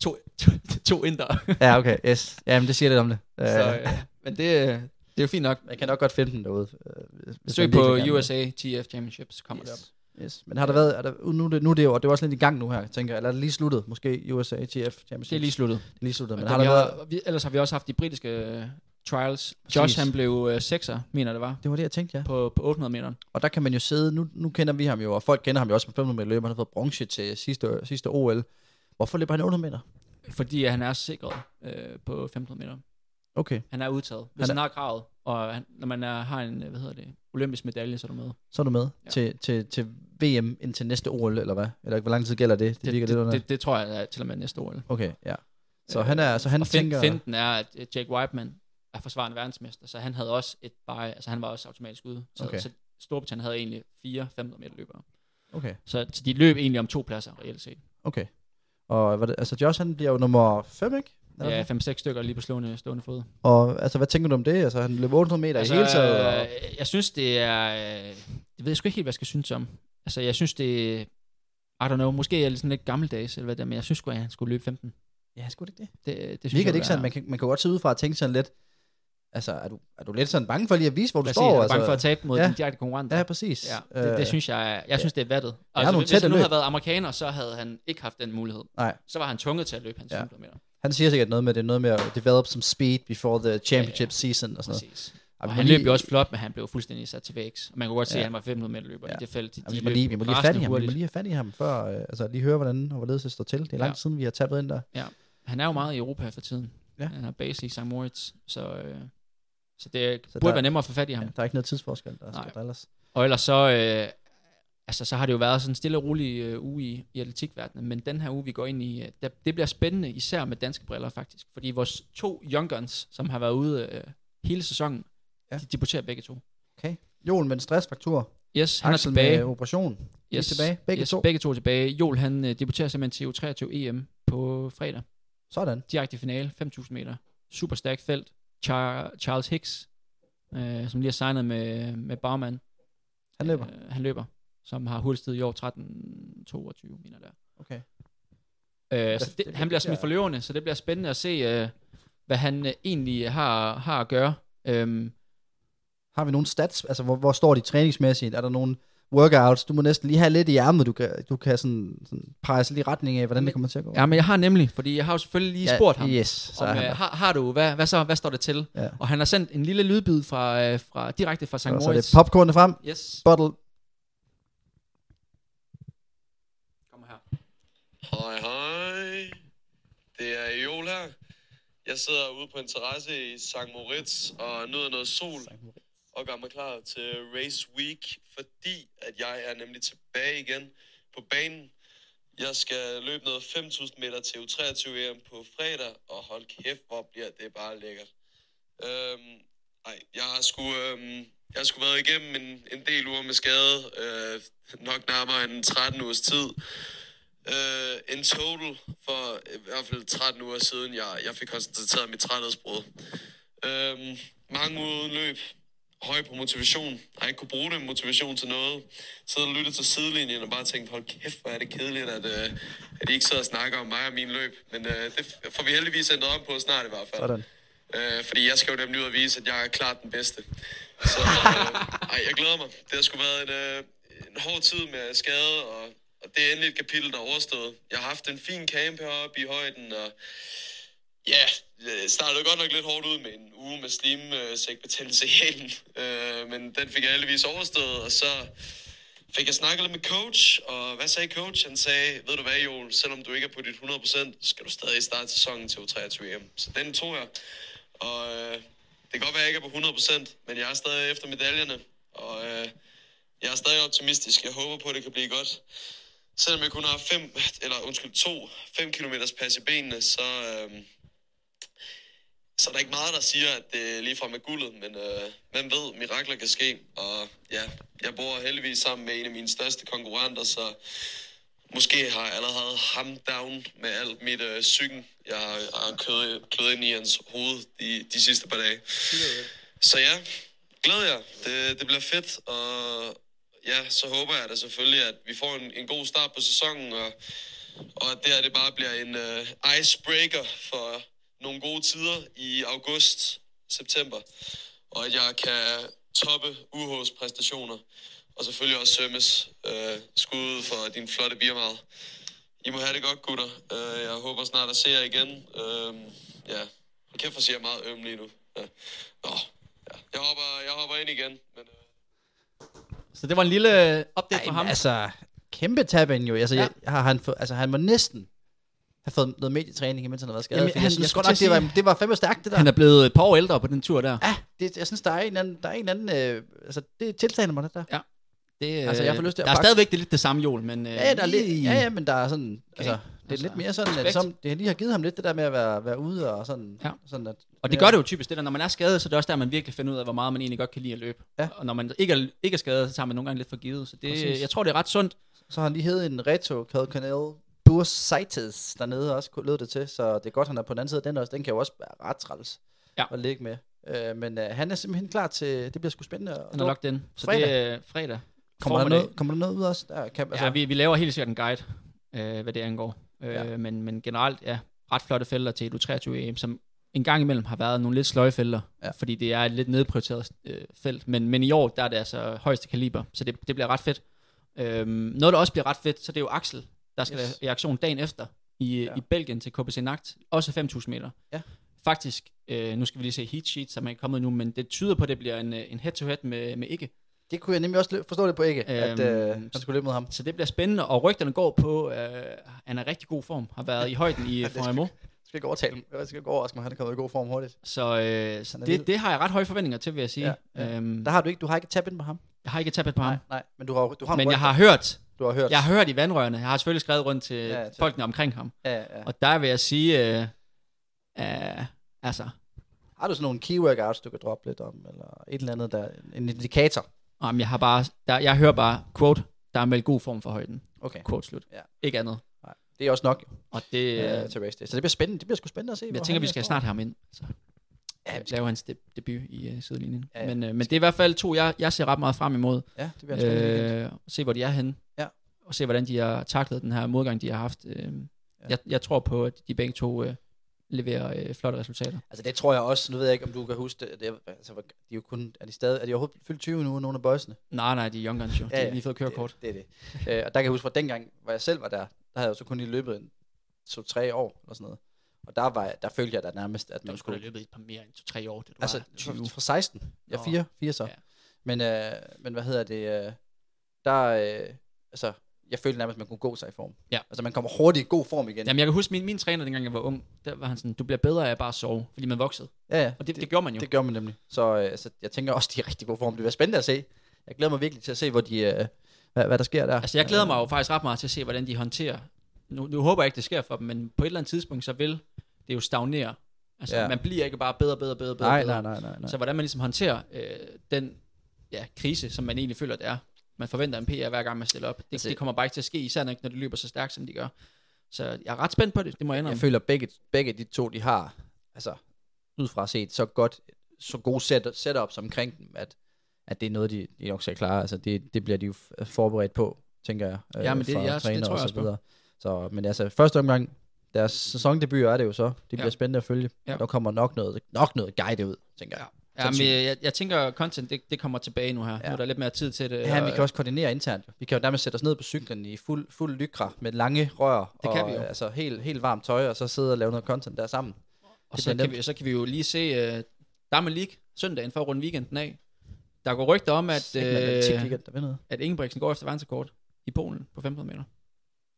S5: to, to, to indre.
S4: Ja, okay, yes. Jamen, det siger lidt om det.
S5: så,
S4: Øh,
S5: øh, men det, øh, det er jo fint nok.
S4: Man kan nok godt finde den derude. øh, hvis- hvis
S5: Søg
S4: man virkelig
S5: på
S4: gerne vil.
S5: USA TF Championships, så kommer yes. det op.
S4: Yes. Men har der været, er der, nu, er det, nu er det jo, og det er jo også lidt i gang nu her, tænker jeg, eller er det lige sluttet, måske USA, TF, Champions
S5: Det er lige sluttet.
S4: lige sluttet, men
S5: Men
S4: har
S5: har
S4: der
S5: vi
S4: været,
S5: har, vi, ellers har vi også haft de britiske øh, trials. Josh, han blev øh, sekser, mener det var,
S4: det var det, jeg tænkte, ja.
S5: på, på 800 meter.
S4: Og der kan man jo sidde, nu, nu kender vi ham jo, og folk kender ham jo også på 500 meter løb, han har fået bronze til sidste, sidste OL. Hvorfor løber han 800 meter?
S5: Fordi at han er sikret øh, på 1500 meter.
S4: Okay,
S5: Han er udtaget. Hvis
S4: Han
S5: han, har kravet, og han, når man er, har en, øh, hvad hedder det, olympisk medalje, så er du med.
S4: så er du med ja.
S5: Ja.
S4: til, til, til VM indtil næste OL, eller hvad? Eller hvor lang tid gælder det? Det, det virker
S5: det,
S4: lidt under.
S5: det, det tror jeg er til og med næste år. Eller?
S4: Okay, ja. Så
S5: Øh,
S4: han er, så han
S5: og
S4: tænker...
S5: tænker... finten er, at øh, Jake Whiteman er forsvarende verdensmester, så han havde også et bare, altså han var også automatisk ude. Så,
S4: Okay.
S5: okay. så Storbritannien havde egentlig fire 500 meter løbere.
S4: Okay,
S5: Så, så de løb egentlig om to pladser reelt set.
S4: okay. Og hvad, det- altså Josh, han bliver jo nummer 5, ikke? Er der
S5: Ja,
S4: det?
S5: fem-seks stykker lige på stående, stående fod.
S4: Og altså, hvad tænker du om det? Altså, han løber 800 meter altså, i hele taget. Og...
S5: øh, jeg synes, det er... øh, Det ved jeg sgu ikke helt, hvad jeg skal synes om. Altså, jeg synes, det I don't know, måske er jeg lidt sådan lidt gammeldags, eller hvad der, men jeg synes sgu, at han skulle løbe 15.
S4: Ja, skulle det ikke det?
S5: Det, det synes
S4: Virker
S5: jeg,
S4: det ikke
S5: er-
S4: sådan, man kan, man kan godt se ud fra at tænke sådan lidt, altså er du, er du lidt sådan bange for lige at vise, hvor du
S5: Præcis,
S4: står?
S5: er du
S4: altså,
S5: bange for at tabe mod
S4: Ja.
S5: ja. din direkte konkurrent?
S4: Ja, præcis. Øh,
S5: Ja, det, det synes jeg, er- jeg synes, det er vattet.
S4: er nogle
S5: Altså, hvis
S4: tætte
S5: han nu
S4: løb.
S5: havde været amerikaner, så havde han ikke haft den mulighed.
S4: Nej.
S5: Så var han tvunget til at løbe hans
S4: Ja.
S5: 5 km.
S4: Han siger sikkert noget med, det er noget med at develop some speed before the championship ja, ja. season og sådan noget.
S5: Præcis.
S4: Ej, vi
S5: Og
S4: må
S5: han
S4: lige-
S5: løb jo også flot, men han blev fuldstændig sat til vægs. Man kunne godt se,
S4: Ja.
S5: at han var 500 meter løber
S4: Ja.
S5: i det felt. De
S4: Jamen, vi, må
S5: løb
S4: lige, vi må lige have
S5: rasende
S4: fat i ham, vi må
S5: hurtigt.
S4: lige have fat i ham, før, øh, altså lige høre, hvordan og hvorledes det står til. Det er lang ja.
S5: Ja.
S4: siden, vi har tabt ind der.
S5: Han er jo meget i Europa for tiden.
S4: Ja.
S5: Han er base i St. Moritz, så, øh, så det
S4: Så
S5: så burde
S4: der-
S5: være nemmere at få fat i
S4: Ja.
S5: ham.
S4: Der er ikke noget tidsforskel, der
S5: Nej.
S4: skal drilles.
S5: Og ellers så, øh, altså, så har det jo været sådan en stille og rolig øh, uge i, i atletikverdenen, men den her uge, vi går ind i, øh, der, det bliver spændende, især med danske briller faktisk, fordi vores to young guns, som har været ude øh, hele sæsonen,
S4: Ja.
S5: ja. de debuterer begge to.
S4: Joel med en stressfaktor.
S5: Yes, han
S4: Axel
S5: er tilbage.
S4: med operation. de er
S5: yes,
S4: tilbage. Begge
S5: yes,
S4: to.
S5: begge to er tilbage. Joel, han øh, debuterer simpelthen til U23 EM på fredag.
S4: Sådan.
S5: Direkte i finale, 5.000 meter. Super stærkt felt. Char- Charles Hicks, øh, som lige har signet med, med Baumann.
S4: Han løber.
S5: Øh, han løber. som har hurtigstid i år 1322, mener jeg der.
S4: Okay.
S5: Øh, så det,
S4: det-
S5: han bliver smidt for løverne, så det bliver spændende at se, øh, hvad han øh, egentlig har, har at gøre. Øhm,
S4: Har vi nogle stats? Altså, hvor, hvor står de træningsmæssigt? Er der nogle workouts? Du må næsten lige have lidt i ærmet, du kan, du kan sådan, sådan pege sig lige i retning af, hvordan det kommer til at gå.
S5: ja, men jeg har nemlig, fordi jeg har jo selvfølgelig lige spurgt ham,
S4: Yes, så
S5: om,
S4: er
S5: øh,
S4: han der.
S5: har, har du, hvad, hvad, så, hvad står det til?
S4: Ja.
S5: Og han har sendt en lille lydbid fra, øh, fra, direkte fra St.
S4: Så, så er det
S5: Moritz.
S4: popcornene frem.
S5: Yes,
S4: Bottle.
S5: kommer her.
S6: Hej, hej. Det er Joel her. Jeg sidder ude på en terrasse i St. Moritz og nyder noget sol og gør mig klar til Race Week, fordi at jeg er nemlig tilbage igen på banen. Jeg skal løbe noget 5.000 meter til U23 EM på fredag, og hold kæft, hvor bliver det bare lækkert. Øhm, ej, jeg har sgu, øhm, jeg har sgu været igennem en, en del uger med skade, øh, nok nærmere end 13 ugers tid. Øh, en total for i hvert fald 13 uger siden, jeg, jeg fik konstateret mit træthedsbrud. Øh, mange uger uden løb. Høj på motivation. Har ikke kunne bruge den motivation til noget. Sidder og lytter til sidelinjen og bare tænkt, hold kæft, hvor er det kedeligt, at, øh, at I ikke sidder og snakker om mig og min løb. Men øh, det får vi heldigvis ændret om på snart i hvert fald.
S4: Sådan.
S6: Øh, fordi jeg skal jo nemlig ud og vise, at jeg er klart den bedste. Så øh, ej, jeg glæder mig. Det har sgu været en, øh, en hård tid med skade, og, og det er endelig et kapitel, der er overstået. Jeg har haft en fin camp heroppe i højden, og ja, øh, startede godt nok lidt hårdt ud med en uge med slimsækbetændelse i hælen. Øh, men den fik jeg heldigvis overstået, og så fik jeg snakket lidt med coach, og hvad sagde coach? Han sagde, ved du hvad Joel, selvom du ikke er på dit 100%, skal du stadig starte sæsonen til U23 EM. Så den tog jeg. Og øh, det kan godt være, at jeg ikke er på 100%, men jeg er stadig efter medaljerne. Og øh, jeg er stadig optimistisk. Jeg håber på, at det kan blive godt. Selvom jeg kun har fem, eller undskyld, to 5 km pas i benene, så, øh, så er der ikke meget, der siger, at det lige frem er guldet. Men øh, man ved, mirakler kan ske. Og ja, jeg bor heldigvis sammen med en af mine største konkurrenter, så Måske har jeg allerede ham down med alt mit øh, psyken. Jeg har, har kløet, kløet ind i hans hoved de, de sidste par dage. Så ja, glæder jeg. Det, det bliver fedt, og ja, så håber jeg da selvfølgelig, at vi får en, en god start på sæsonen, og, og at det her det bare bliver en øh, icebreaker for nogle gode tider i august, september, og at jeg kan toppe UH's præstationer, og selvfølgelig også Sømmes øh, skud for din flotte biermad. I må have det godt, gutter. Øh, jeg håber snart at se jer igen. Øh, ja, Hold kæft for siger jeg er meget øm lige nu. Ja. Nå, ja. Jeg, hopper, jeg hopper ind igen, men... Øh...
S5: Så det var en lille øh, update Ej, fra ham.
S4: Jamen, altså, kæmpe tabben jo. Altså,
S5: Ja.
S4: ja. jeg, har han, fået- altså, han må næsten have fået noget medietræning, imens han har været skadet.
S5: Jamen,
S4: Jamen, jeg
S5: han- jeg
S4: synes
S5: skulle
S4: godt
S5: til
S4: nok,
S5: at
S4: det var,
S5: sige-
S4: det var fandme stærkt, det der.
S5: Han er blevet et par år ældre på den tur der.
S4: Ja, det, jeg synes, der er en anden, der er en anden, øh, altså, det tiltaler mig, det der.
S5: Det, øh,
S4: Altså, jeg får lyst til at
S5: der er
S4: bakke-
S5: stadigvæk det lidt det samme jul, men... Øh,
S4: Ja, ja, der er lidt,
S5: lige-
S4: ja, ja, men der er sådan, okay. altså, det er
S5: Altså,
S4: lidt mere sådan,
S5: respekt.
S4: at som, det lige har givet ham lidt det der med at være, være ude og sådan,
S5: Ja.
S4: ja. sådan at, øh,
S5: Og det gør det jo typisk, det der, når man er skadet, så er det også der, man virkelig finder ud af, hvor meget man egentlig godt kan lide at løbe.
S4: Ja.
S5: Og når man ikke er, ikke er skadet, så tager man nogle gange lidt for givet. Så det,
S4: Præcis.
S5: jeg tror, det er ret sundt.
S4: Så har han lige hed en reto, kaldet Canel bursitis dernede også, kunne- lød det til, så det er godt, han er på den anden side af den også, den kan jo også være ret træls
S5: Ja.
S4: at ligge med. Øh, men øh, han er simpelthen klar til, det bliver sgu spændende. at-
S5: Han har lagt den. Så det
S4: Fredag.
S5: er øh, fredag.
S4: kommer, der
S5: formiddag.
S4: noget, kommer der noget ud også? Der, kan,
S5: Altså, ja, vi, vi laver helt sikkert en guide, øh, hvad det angår. Øh, ja.
S4: Ja.
S5: men, men generelt, ja, ret flotte felter til U23 EM, som en gang imellem har været nogle lidt sløje felter, ja.
S4: Ja.
S5: fordi det er et lidt nedprioriteret øh, felt. Men, men i år, der er det altså højeste kaliber, så det, det bliver ret fedt. Øhm, noget, der også bliver ret fedt, så det er jo Axel, der skal yes.
S4: Yes.
S5: i aktion dagen efter i, ja.
S4: Ja.
S5: i Belgien til KBC Nagt, også 5.000 meter.
S4: Ja.
S5: Faktisk, øh, nu skal vi lige se heat sheet, som er kommet nu, men det tyder på, at det bliver en, øh, en head-to-head med, med ikke.
S4: Det kunne jeg nemlig også lø- forstå det på ikke, øhm, at øh,
S5: Øhm,
S4: han skulle løbe mod ham.
S5: Så det bliver spændende, og rygterne går på, øh, han er i rigtig god form, har været i højden i
S4: skal-
S5: Formo,
S4: Jeg skal ikke overtale ham. Jeg skal ikke overraske mig, han er kommet i god form hurtigt.
S5: så, øh, så
S4: Han er
S5: det,
S4: vild.
S5: det har jeg ret høje forventninger til, vil jeg sige.
S4: Ja, ja.
S5: Øhm,
S4: Der har du ikke, du har ikke tabt ind på ham.
S5: jeg har ikke tabt på ham,
S4: Nej, men du har, du har en
S5: men
S4: ryg,
S5: jeg har hørt,
S4: du har hørt.
S5: jeg har hørt i vandrørene, jeg har selvfølgelig skrevet rundt til ja,
S4: Ja, til-
S5: folkene omkring ham,
S4: Ja, ja.
S5: og der vil jeg sige, øh, øh, altså,
S4: Har du sådan nogle key workouts, du kan droppe lidt om, eller et eller andet der, en indikator?
S5: om jeg har bare, der, jeg hører bare, quote, der er meldt god form for højden,
S4: Okay.
S5: quote slut,
S4: Ja.
S5: ikke andet.
S4: Nej, det er også nok
S5: Og det, øh,
S4: øh, til race day. Så det bliver spændende. Det bliver sgu spændende at se. hvor
S5: jeg tænker,
S4: han
S5: vi
S4: er
S5: skal
S4: står.
S5: snart have ham ind. Så. ja, lave hans de- debut i øh, sidelinjen. Ja, men, øh, men det er i hvert fald to, jeg, jeg ser ret meget frem imod.
S4: Ja, det bliver en spændende weekend.
S5: Øh, se, hvor de er henne.
S4: Ja.
S5: Og se, hvordan de har taklet den her modgang, de har haft. Øh, ja. jeg, jeg tror på, at de begge to øh, leverer øh, flotte resultater.
S4: Altså det tror jeg også, nu ved jeg ikke, om du kan huske det, det er- altså, hvor- de er jo kun, er de stadig, er de overhovedet fyldt 20 nu, nogle af boysene?
S5: Nej, nej, de er young guns jo. De har lige fået kørekort.
S4: Det, det er det. Øh, og der kan jeg huske fra dengang, hvor jeg selv var der, der havde jeg jo så kun lige løbet en, så tre år eller sådan noget. Og der, var, jeg- der følte jeg da nærmest, at man
S5: Du skulle
S4: skulle...
S5: have løbet et par mere end to-tre år, det du
S4: Altså
S5: var 20.
S4: fra- fra 16. Ja,
S5: Nå.
S4: 4, 4 så.
S5: Ja.
S4: Men, øh, men hvad hedder det? Øh, der, øh, altså, jeg følte nærmest, at man kunne gå sig i form.
S5: Ja.
S4: Altså man kommer hurtigt i god form igen.
S5: Jamen, jeg kan huske min, min træner, dengang jeg var ung, der var han sådan, du bliver bedre af bare at sove, fordi man voksede.
S4: ja, ja.
S5: Og det, det, det gjorde man jo.
S4: Det gør man nemlig. Så, øh, så jeg tænker også, de er i rigtig god form. Det bliver spændende at se. Jeg glæder mig virkelig til at se, hvor de, øh, hvad, hvad der sker der.
S5: Altså, jeg glæder mig jo faktisk ret meget til at se, hvordan de håndterer. Nu, nu håber jeg ikke, det sker for dem, men på et eller andet tidspunkt, så vil det jo stagnere. Altså,
S4: Ja.
S5: ja. man bliver ikke bare bedre, bedre, bedre, bedre.
S4: Nej,
S5: bedre.
S4: nej, nej, nej. nej.
S5: Så hvordan man ligesom håndterer øh, den ja, krise, som man egentlig føler, det er. Man forventer en PR hver gang, man stiller op. Det,
S4: Altså-
S5: altså, det kommer bare ikke til at ske, især ikke, når de løber så stærkt, som de gør. Så jeg er ret spændt på det, det må jeg
S4: jeg
S5: indrømme.
S4: føler, at begge, begge de to, de har, altså, udefra set, så godt, så gode set, setups omkring dem, at, at det er noget, de, de nok skal klare. Altså, det, det bliver de jo f- øh, forberedt på, tænker jeg. øh,
S5: Ja, men det-
S4: fra
S5: ja, det
S4: træner
S5: tror jeg
S4: og
S5: også
S4: så
S5: på.
S4: videre. Så, men altså, første omgang, deres sæsondebut er det jo så. Det bliver
S5: Ja.
S4: spændende at følge.
S5: Ja.
S4: Der kommer nok noget, nok noget guide ud, tænker jeg.
S5: Ja, men
S4: Sandsynligt.
S5: jeg, jeg, jeg tænker, at content det, det kommer tilbage nu her. Ja. Nu er der lidt mere tid til det.
S4: Ja,
S5: og-
S4: vi kan også koordinere internt. jo. Vi kan jo nærmest sætte os ned på cyklen i fuld, fuld lykra med lange rør
S5: Det
S4: og
S5: kan vi jo.
S4: øh, altså, helt, helt varmt tøj, og så sidde og lave noget content der sammen.
S5: Og
S4: Det
S5: så
S4: bliver
S5: kan,
S4: nemt.
S5: vi, så kan vi jo lige se uh, Damme League søndagen for at runde weekenden af. Der går rygter om, at,
S4: Ikke noget atletik
S5: uh,
S4: weekend, der ved noget.
S5: at Ingebrigtsen går efter verdensrekord i Polen på 500 meter.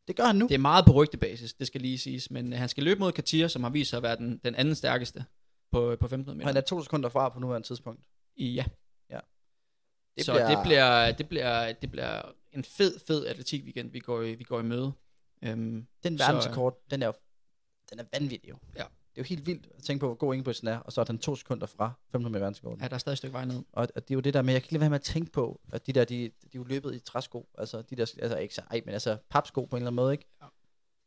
S4: Det gør han nu.
S5: Det er meget på rygtebasis, det skal lige siges. Men øh, han skal løbe mod Katia, som har vist sig at være den, den anden stærkeste på, på 500
S4: Og han
S5: meter.
S4: er to sekunder fra på nuværende tidspunkt.
S5: I, ja.
S4: Ja. Det
S5: Det så
S4: bliver-
S5: bliver... Det, bliver, det, bliver, det bliver en fed, fed atletik weekend, vi går, i- vi går i møde. Um,
S4: Den
S5: Så-
S4: verdensrekord, den er jo den er vanvittig jo.
S5: Ja.
S4: Det er jo helt vildt at tænke på, hvor god Ingebrigtsen er, og så er han to sekunder fra 500 meter verdensrekorden.
S5: ja, der er stadig et stykke vej ned.
S4: Og, og det er jo det der med, jeg kan ikke lade være med at tænke på, at de der, de, de er jo løbet i træsko, altså de der, altså ikke så, ej, men altså papsko på en eller anden måde, ikke?
S5: Ja.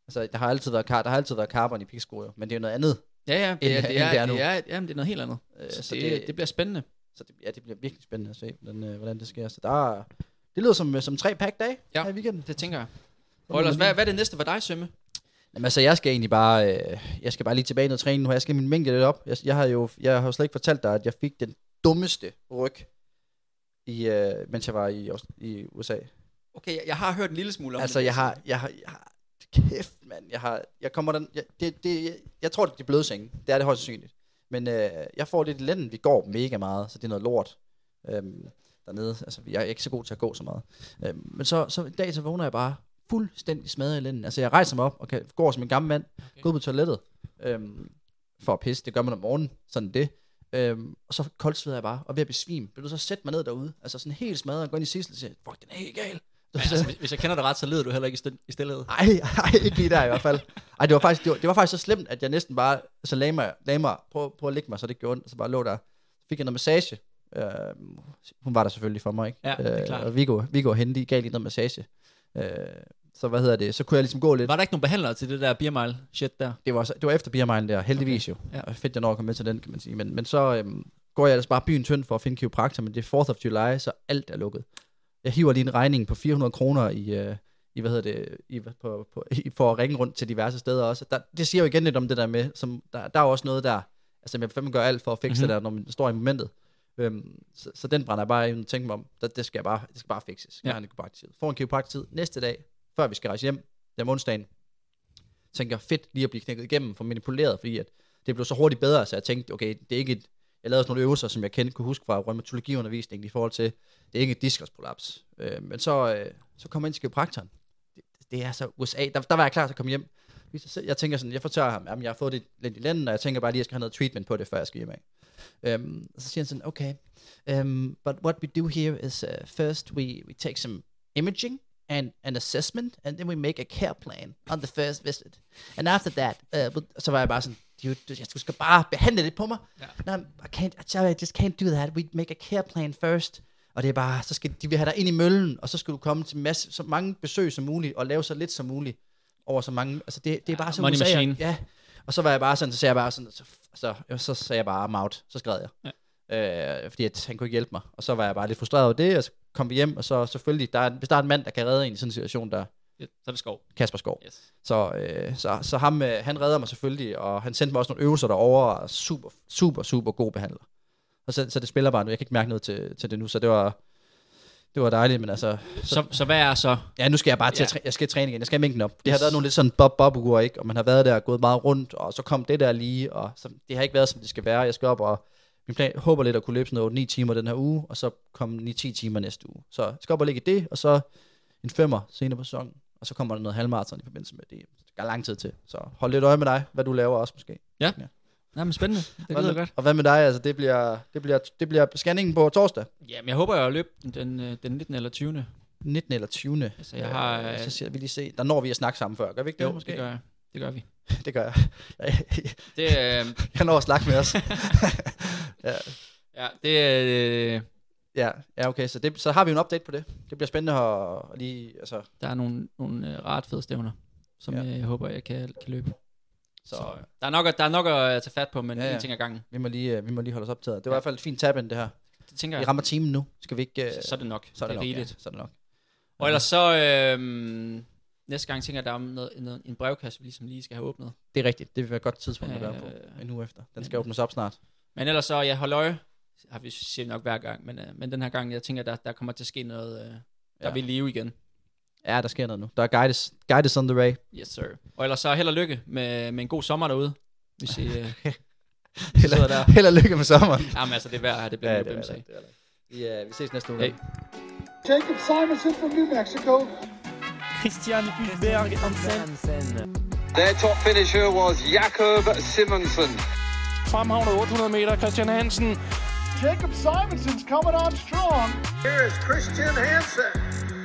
S4: Altså, der har altid været, kar, der har altid været carbon i piksko jo, men det er jo noget andet.
S5: Ja, ja,
S4: End-
S5: det er, det
S4: end
S5: er,
S4: det er nu.
S5: det er, jamen, det er noget helt andet.
S4: Øh,
S5: Så,
S4: så
S5: så det,
S4: det-
S5: det, det bliver spændende.
S4: Så det, ja, det bliver virkelig spændende at se, hvordan, øh, hvordan det sker. Så der er, det lyder som, som tre pack dage
S5: Ja.
S4: her i weekenden.
S5: Det tænker jeg. Hold os, hvad, hvad er det næste for dig, Sømme?
S4: Jamen, altså, jeg skal egentlig bare, øh, jeg skal bare lige tilbage i noget træning nu. her. Jeg skal min mængde lidt op. Jeg, jeg har jo jeg har jo slet ikke fortalt dig, at jeg fik den dummeste ryg, i, øh, mens jeg var i, Aus- i USA.
S5: Okay, jeg, jeg har hørt en lille smule om
S4: Altså,
S5: det.
S4: jeg har, jeg har, jeg har, kæft, mand. Jeg har, jeg kommer den, jeg, det, det, jeg, jeg tror, det er de bløde senge. Det er det højst sandsynligt. Men øh, jeg får lidt i lænden. Vi går mega meget, så det er noget lort. Øhm, dernede. Altså, jeg er ikke så god til at gå så meget. Øhm, men så, så en dag, så vågner jeg bare fuldstændig smadret i lænden. Altså, jeg rejser mig op og kan, går som en gammel mand, okay. går ud på toilettet øhm, for at pisse. Det gør man om morgenen, sådan er det. Øhm, og så koldsveder jeg bare, og ved at besvime, vil du så sætte mig ned derude? Altså sådan helt smadret, og går ind i Sissel og siger, fuck, den er helt gal.
S5: Men altså, hvis, hvis jeg kender dig ret, så leder du heller ikke i stil- i stillhed.
S4: Ej, ej, ikke lige der i hvert fald. Ej, det var faktisk, det var, det var faktisk så slemt, at jeg næsten bare så lagde mig, lagde mig prøv, prøv at ligge mig, så det gjorde ondt, og så bare lå der. Så fik jeg noget massage. Øh, hun var der selvfølgelig for mig, ikke? Øh,
S5: Ja, det er klart.
S4: og Viggo, Viggo og Hendy gav lige noget massage. Øh, så hvad hedder det, så kunne jeg ligesom gå lidt.
S5: Var der ikke nogen behandlere til det der beer mile shit der?
S4: Det var, så- det var efter Biermejen der, heldigvis okay. jo. Ja.
S5: ja.
S4: Og fedt, jeg når at komme med til den, kan man sige. Men, men så øhm, går jeg ellers bare byen tynd for at finde kiropraktor, men det er 4th of July, så alt er lukket. Jeg hiver lige en regning på 400 kroner i, øh, i, hvad hedder det, i, hvad- på, på, i, for at ringe rundt til diverse steder også. Der, det siger jo igen lidt om det der med, som, der, der er jo også noget der, altså jeg fandme gør alt for at fikse
S5: Mhm.
S4: mm-hmm. det der, når man står i momentet. Øhm, så, så, den brænder jeg bare ind og tænker mig om, der, det, skal jeg bare, det skal bare fikses. Jeg
S5: Ja.
S4: har en kiropraktor-tid. Får en kiropraktor-tid næste dag, før vi skal rejse hjem, det er om onsdagen, tænker, fedt lige at blive knækket igennem for manipuleret, fordi at det blev så hurtigt bedre, så jeg tænkte, okay, det er ikke et, jeg lavede sådan nogle øvelser, som jeg kendte, kunne huske fra rheumatologiundervisningen i forhold til, det er ikke et diskusprolaps. Øh, men så, øh, så kom jeg ind til kiropraktoren. Det, det er så USA. Der, der var jeg klar til at komme hjem. Jeg tænker sådan, jeg fortæller ham, at jeg har fået det lidt i lænden, og jeg tænker bare lige, at jeg skal have noget treatment på det, før jeg skal hjem af. Um, så siger han sådan, okay, um, but what we do here is uh, first we, we take some imaging and an assessment, and then we make a care plan on the first visit. And after that, uh, but, så var jeg bare sådan, dude, du- jeg du skal bare behandle det på mig. Yeah. No, I can't, sorry, I just can't do that. We make a care plan first. Og det er bare, så skal de vil have dig ind i møllen, og så skal du komme til masse, så mange besøg som muligt, og lave så lidt som muligt over så mange. Altså det, det er bare så
S5: money
S4: USA'er.
S5: machine.
S4: Ja, Og så var jeg bare sådan, så sagde jeg bare sådan, så, så, så sagde jeg bare, I'm out. Så skred jeg. Ja. Øh, fordi at han kunne ikke hjælpe mig. Og så var jeg bare lidt frustreret over det, og så kom vi hjem, og så selvfølgelig, der er, hvis der er en mand, der kan redde en i sådan en situation, der er
S5: Ja, så er det skov.
S4: Kasper Skov.
S5: Yes.
S4: Så, øh, så, så ham, øh, han redder mig selvfølgelig, og han sendte mig også nogle øvelser derovre, og super, super, super god behandler. Og så, så det spiller bare nu, jeg kan ikke mærke noget til, til det nu, så det var, det var dejligt, men altså,
S5: Så, så hvad er så?
S4: ja, nu skal jeg bare til at
S5: Ja.
S4: træ- jeg skal i træning igen, jeg skal have mængden op. Det har været nogle lidt sådan bob bob uger, ikke? Og man har været der og gået meget rundt, og så kom det der lige, og så, det har ikke været, som det skal være. Jeg skal op, og min plan håber lidt at kunne løbe sådan noget 9 timer den her uge, og så komme 9-10 timer næste uge. Så jeg skal op og ligge i det, og så en femmer senere på sæsonen, og så kommer der noget halvmarathon i forbindelse med det. Der er lang tid til, så hold lidt øje med dig, hvad du laver også måske.
S5: Nej, men spændende. Det
S4: Og-
S5: lyder godt.
S4: Og hvad med dig, altså det bliver, det bliver, det bliver scanningen på torsdag,
S5: Jamen, jeg håber, jeg har løbet den, den, øh, den 19. eller 20.
S4: 19. eller 20.
S5: Altså, jeg har,
S4: Øh,
S5: øh,
S4: så ser vi lige se. Der når vi at snakke sammen før, gør vi ikke det?
S5: Jo,
S4: måske?
S5: det gør jeg. Det gør vi.
S4: det gør jeg.
S5: Det, øh,
S4: Jeg når at snakke med os.
S5: ja, det, øh,
S4: Ja, ja okay, så, det, så har vi en update på det. Det bliver spændende at, at lige, altså,
S5: der er nogle, nogle øh, ret fede stævner, som
S4: Ja.
S5: ja. jeg håber, jeg kan, kan løbe.
S4: så,
S5: Så
S4: så
S5: der er nok, at- der er nok at øh, tage fat på, men
S4: Ja,
S5: ja, ja.
S4: ja.
S5: en ting ad gangen.
S4: vi, må lige, øh, vi må lige holde os optaget. Det var i hvert fald et fint tab ind, det her.
S5: Det tænker
S4: Vi
S5: jeg,
S4: rammer timen nu. Skal vi ikke... øh,
S5: så, så er det nok.
S4: så er det, nok, ja.
S5: rigeligt.
S4: Så er det nok.
S5: Og ellers så, øh, næste gang tænker jeg, der er noget, noget, en brevkasse, vi ligesom lige skal have åbnet.
S4: Det er rigtigt. Det vil være et godt tidspunkt at være på.
S5: Øh,
S4: En uge efter. Den
S5: men-
S4: skal åbnes op snart.
S5: Men ellers så, ja, hold øje. Har vi siger vi nok hver gang, men, øh, men den her gang, jeg tænker, der, der kommer til at ske noget, øh, der
S4: Ja.
S5: ja. vil leve igen.
S4: Ja, der sker noget nu. Der er guides, guides on the way.
S5: Yes, sir. Og ellers så held og lykke med, med en god sommer derude. Hvis I, øh,
S4: Held og-
S5: der.
S4: held og lykke med sommeren.
S5: jamen altså, det er værd her, det bliver ja, det, det,
S4: det. Ja, vi ses næste uge.
S5: Hey.
S1: Jacob Simonson from New Mexico.
S2: Christian Hulberg Hansen.
S3: Their top finisher was Jakob Simonsen.
S2: Fremhavnet 800 meter, Christian Hansen.
S1: Jacob Simonson's coming on strong.
S7: Here is Christian Hansen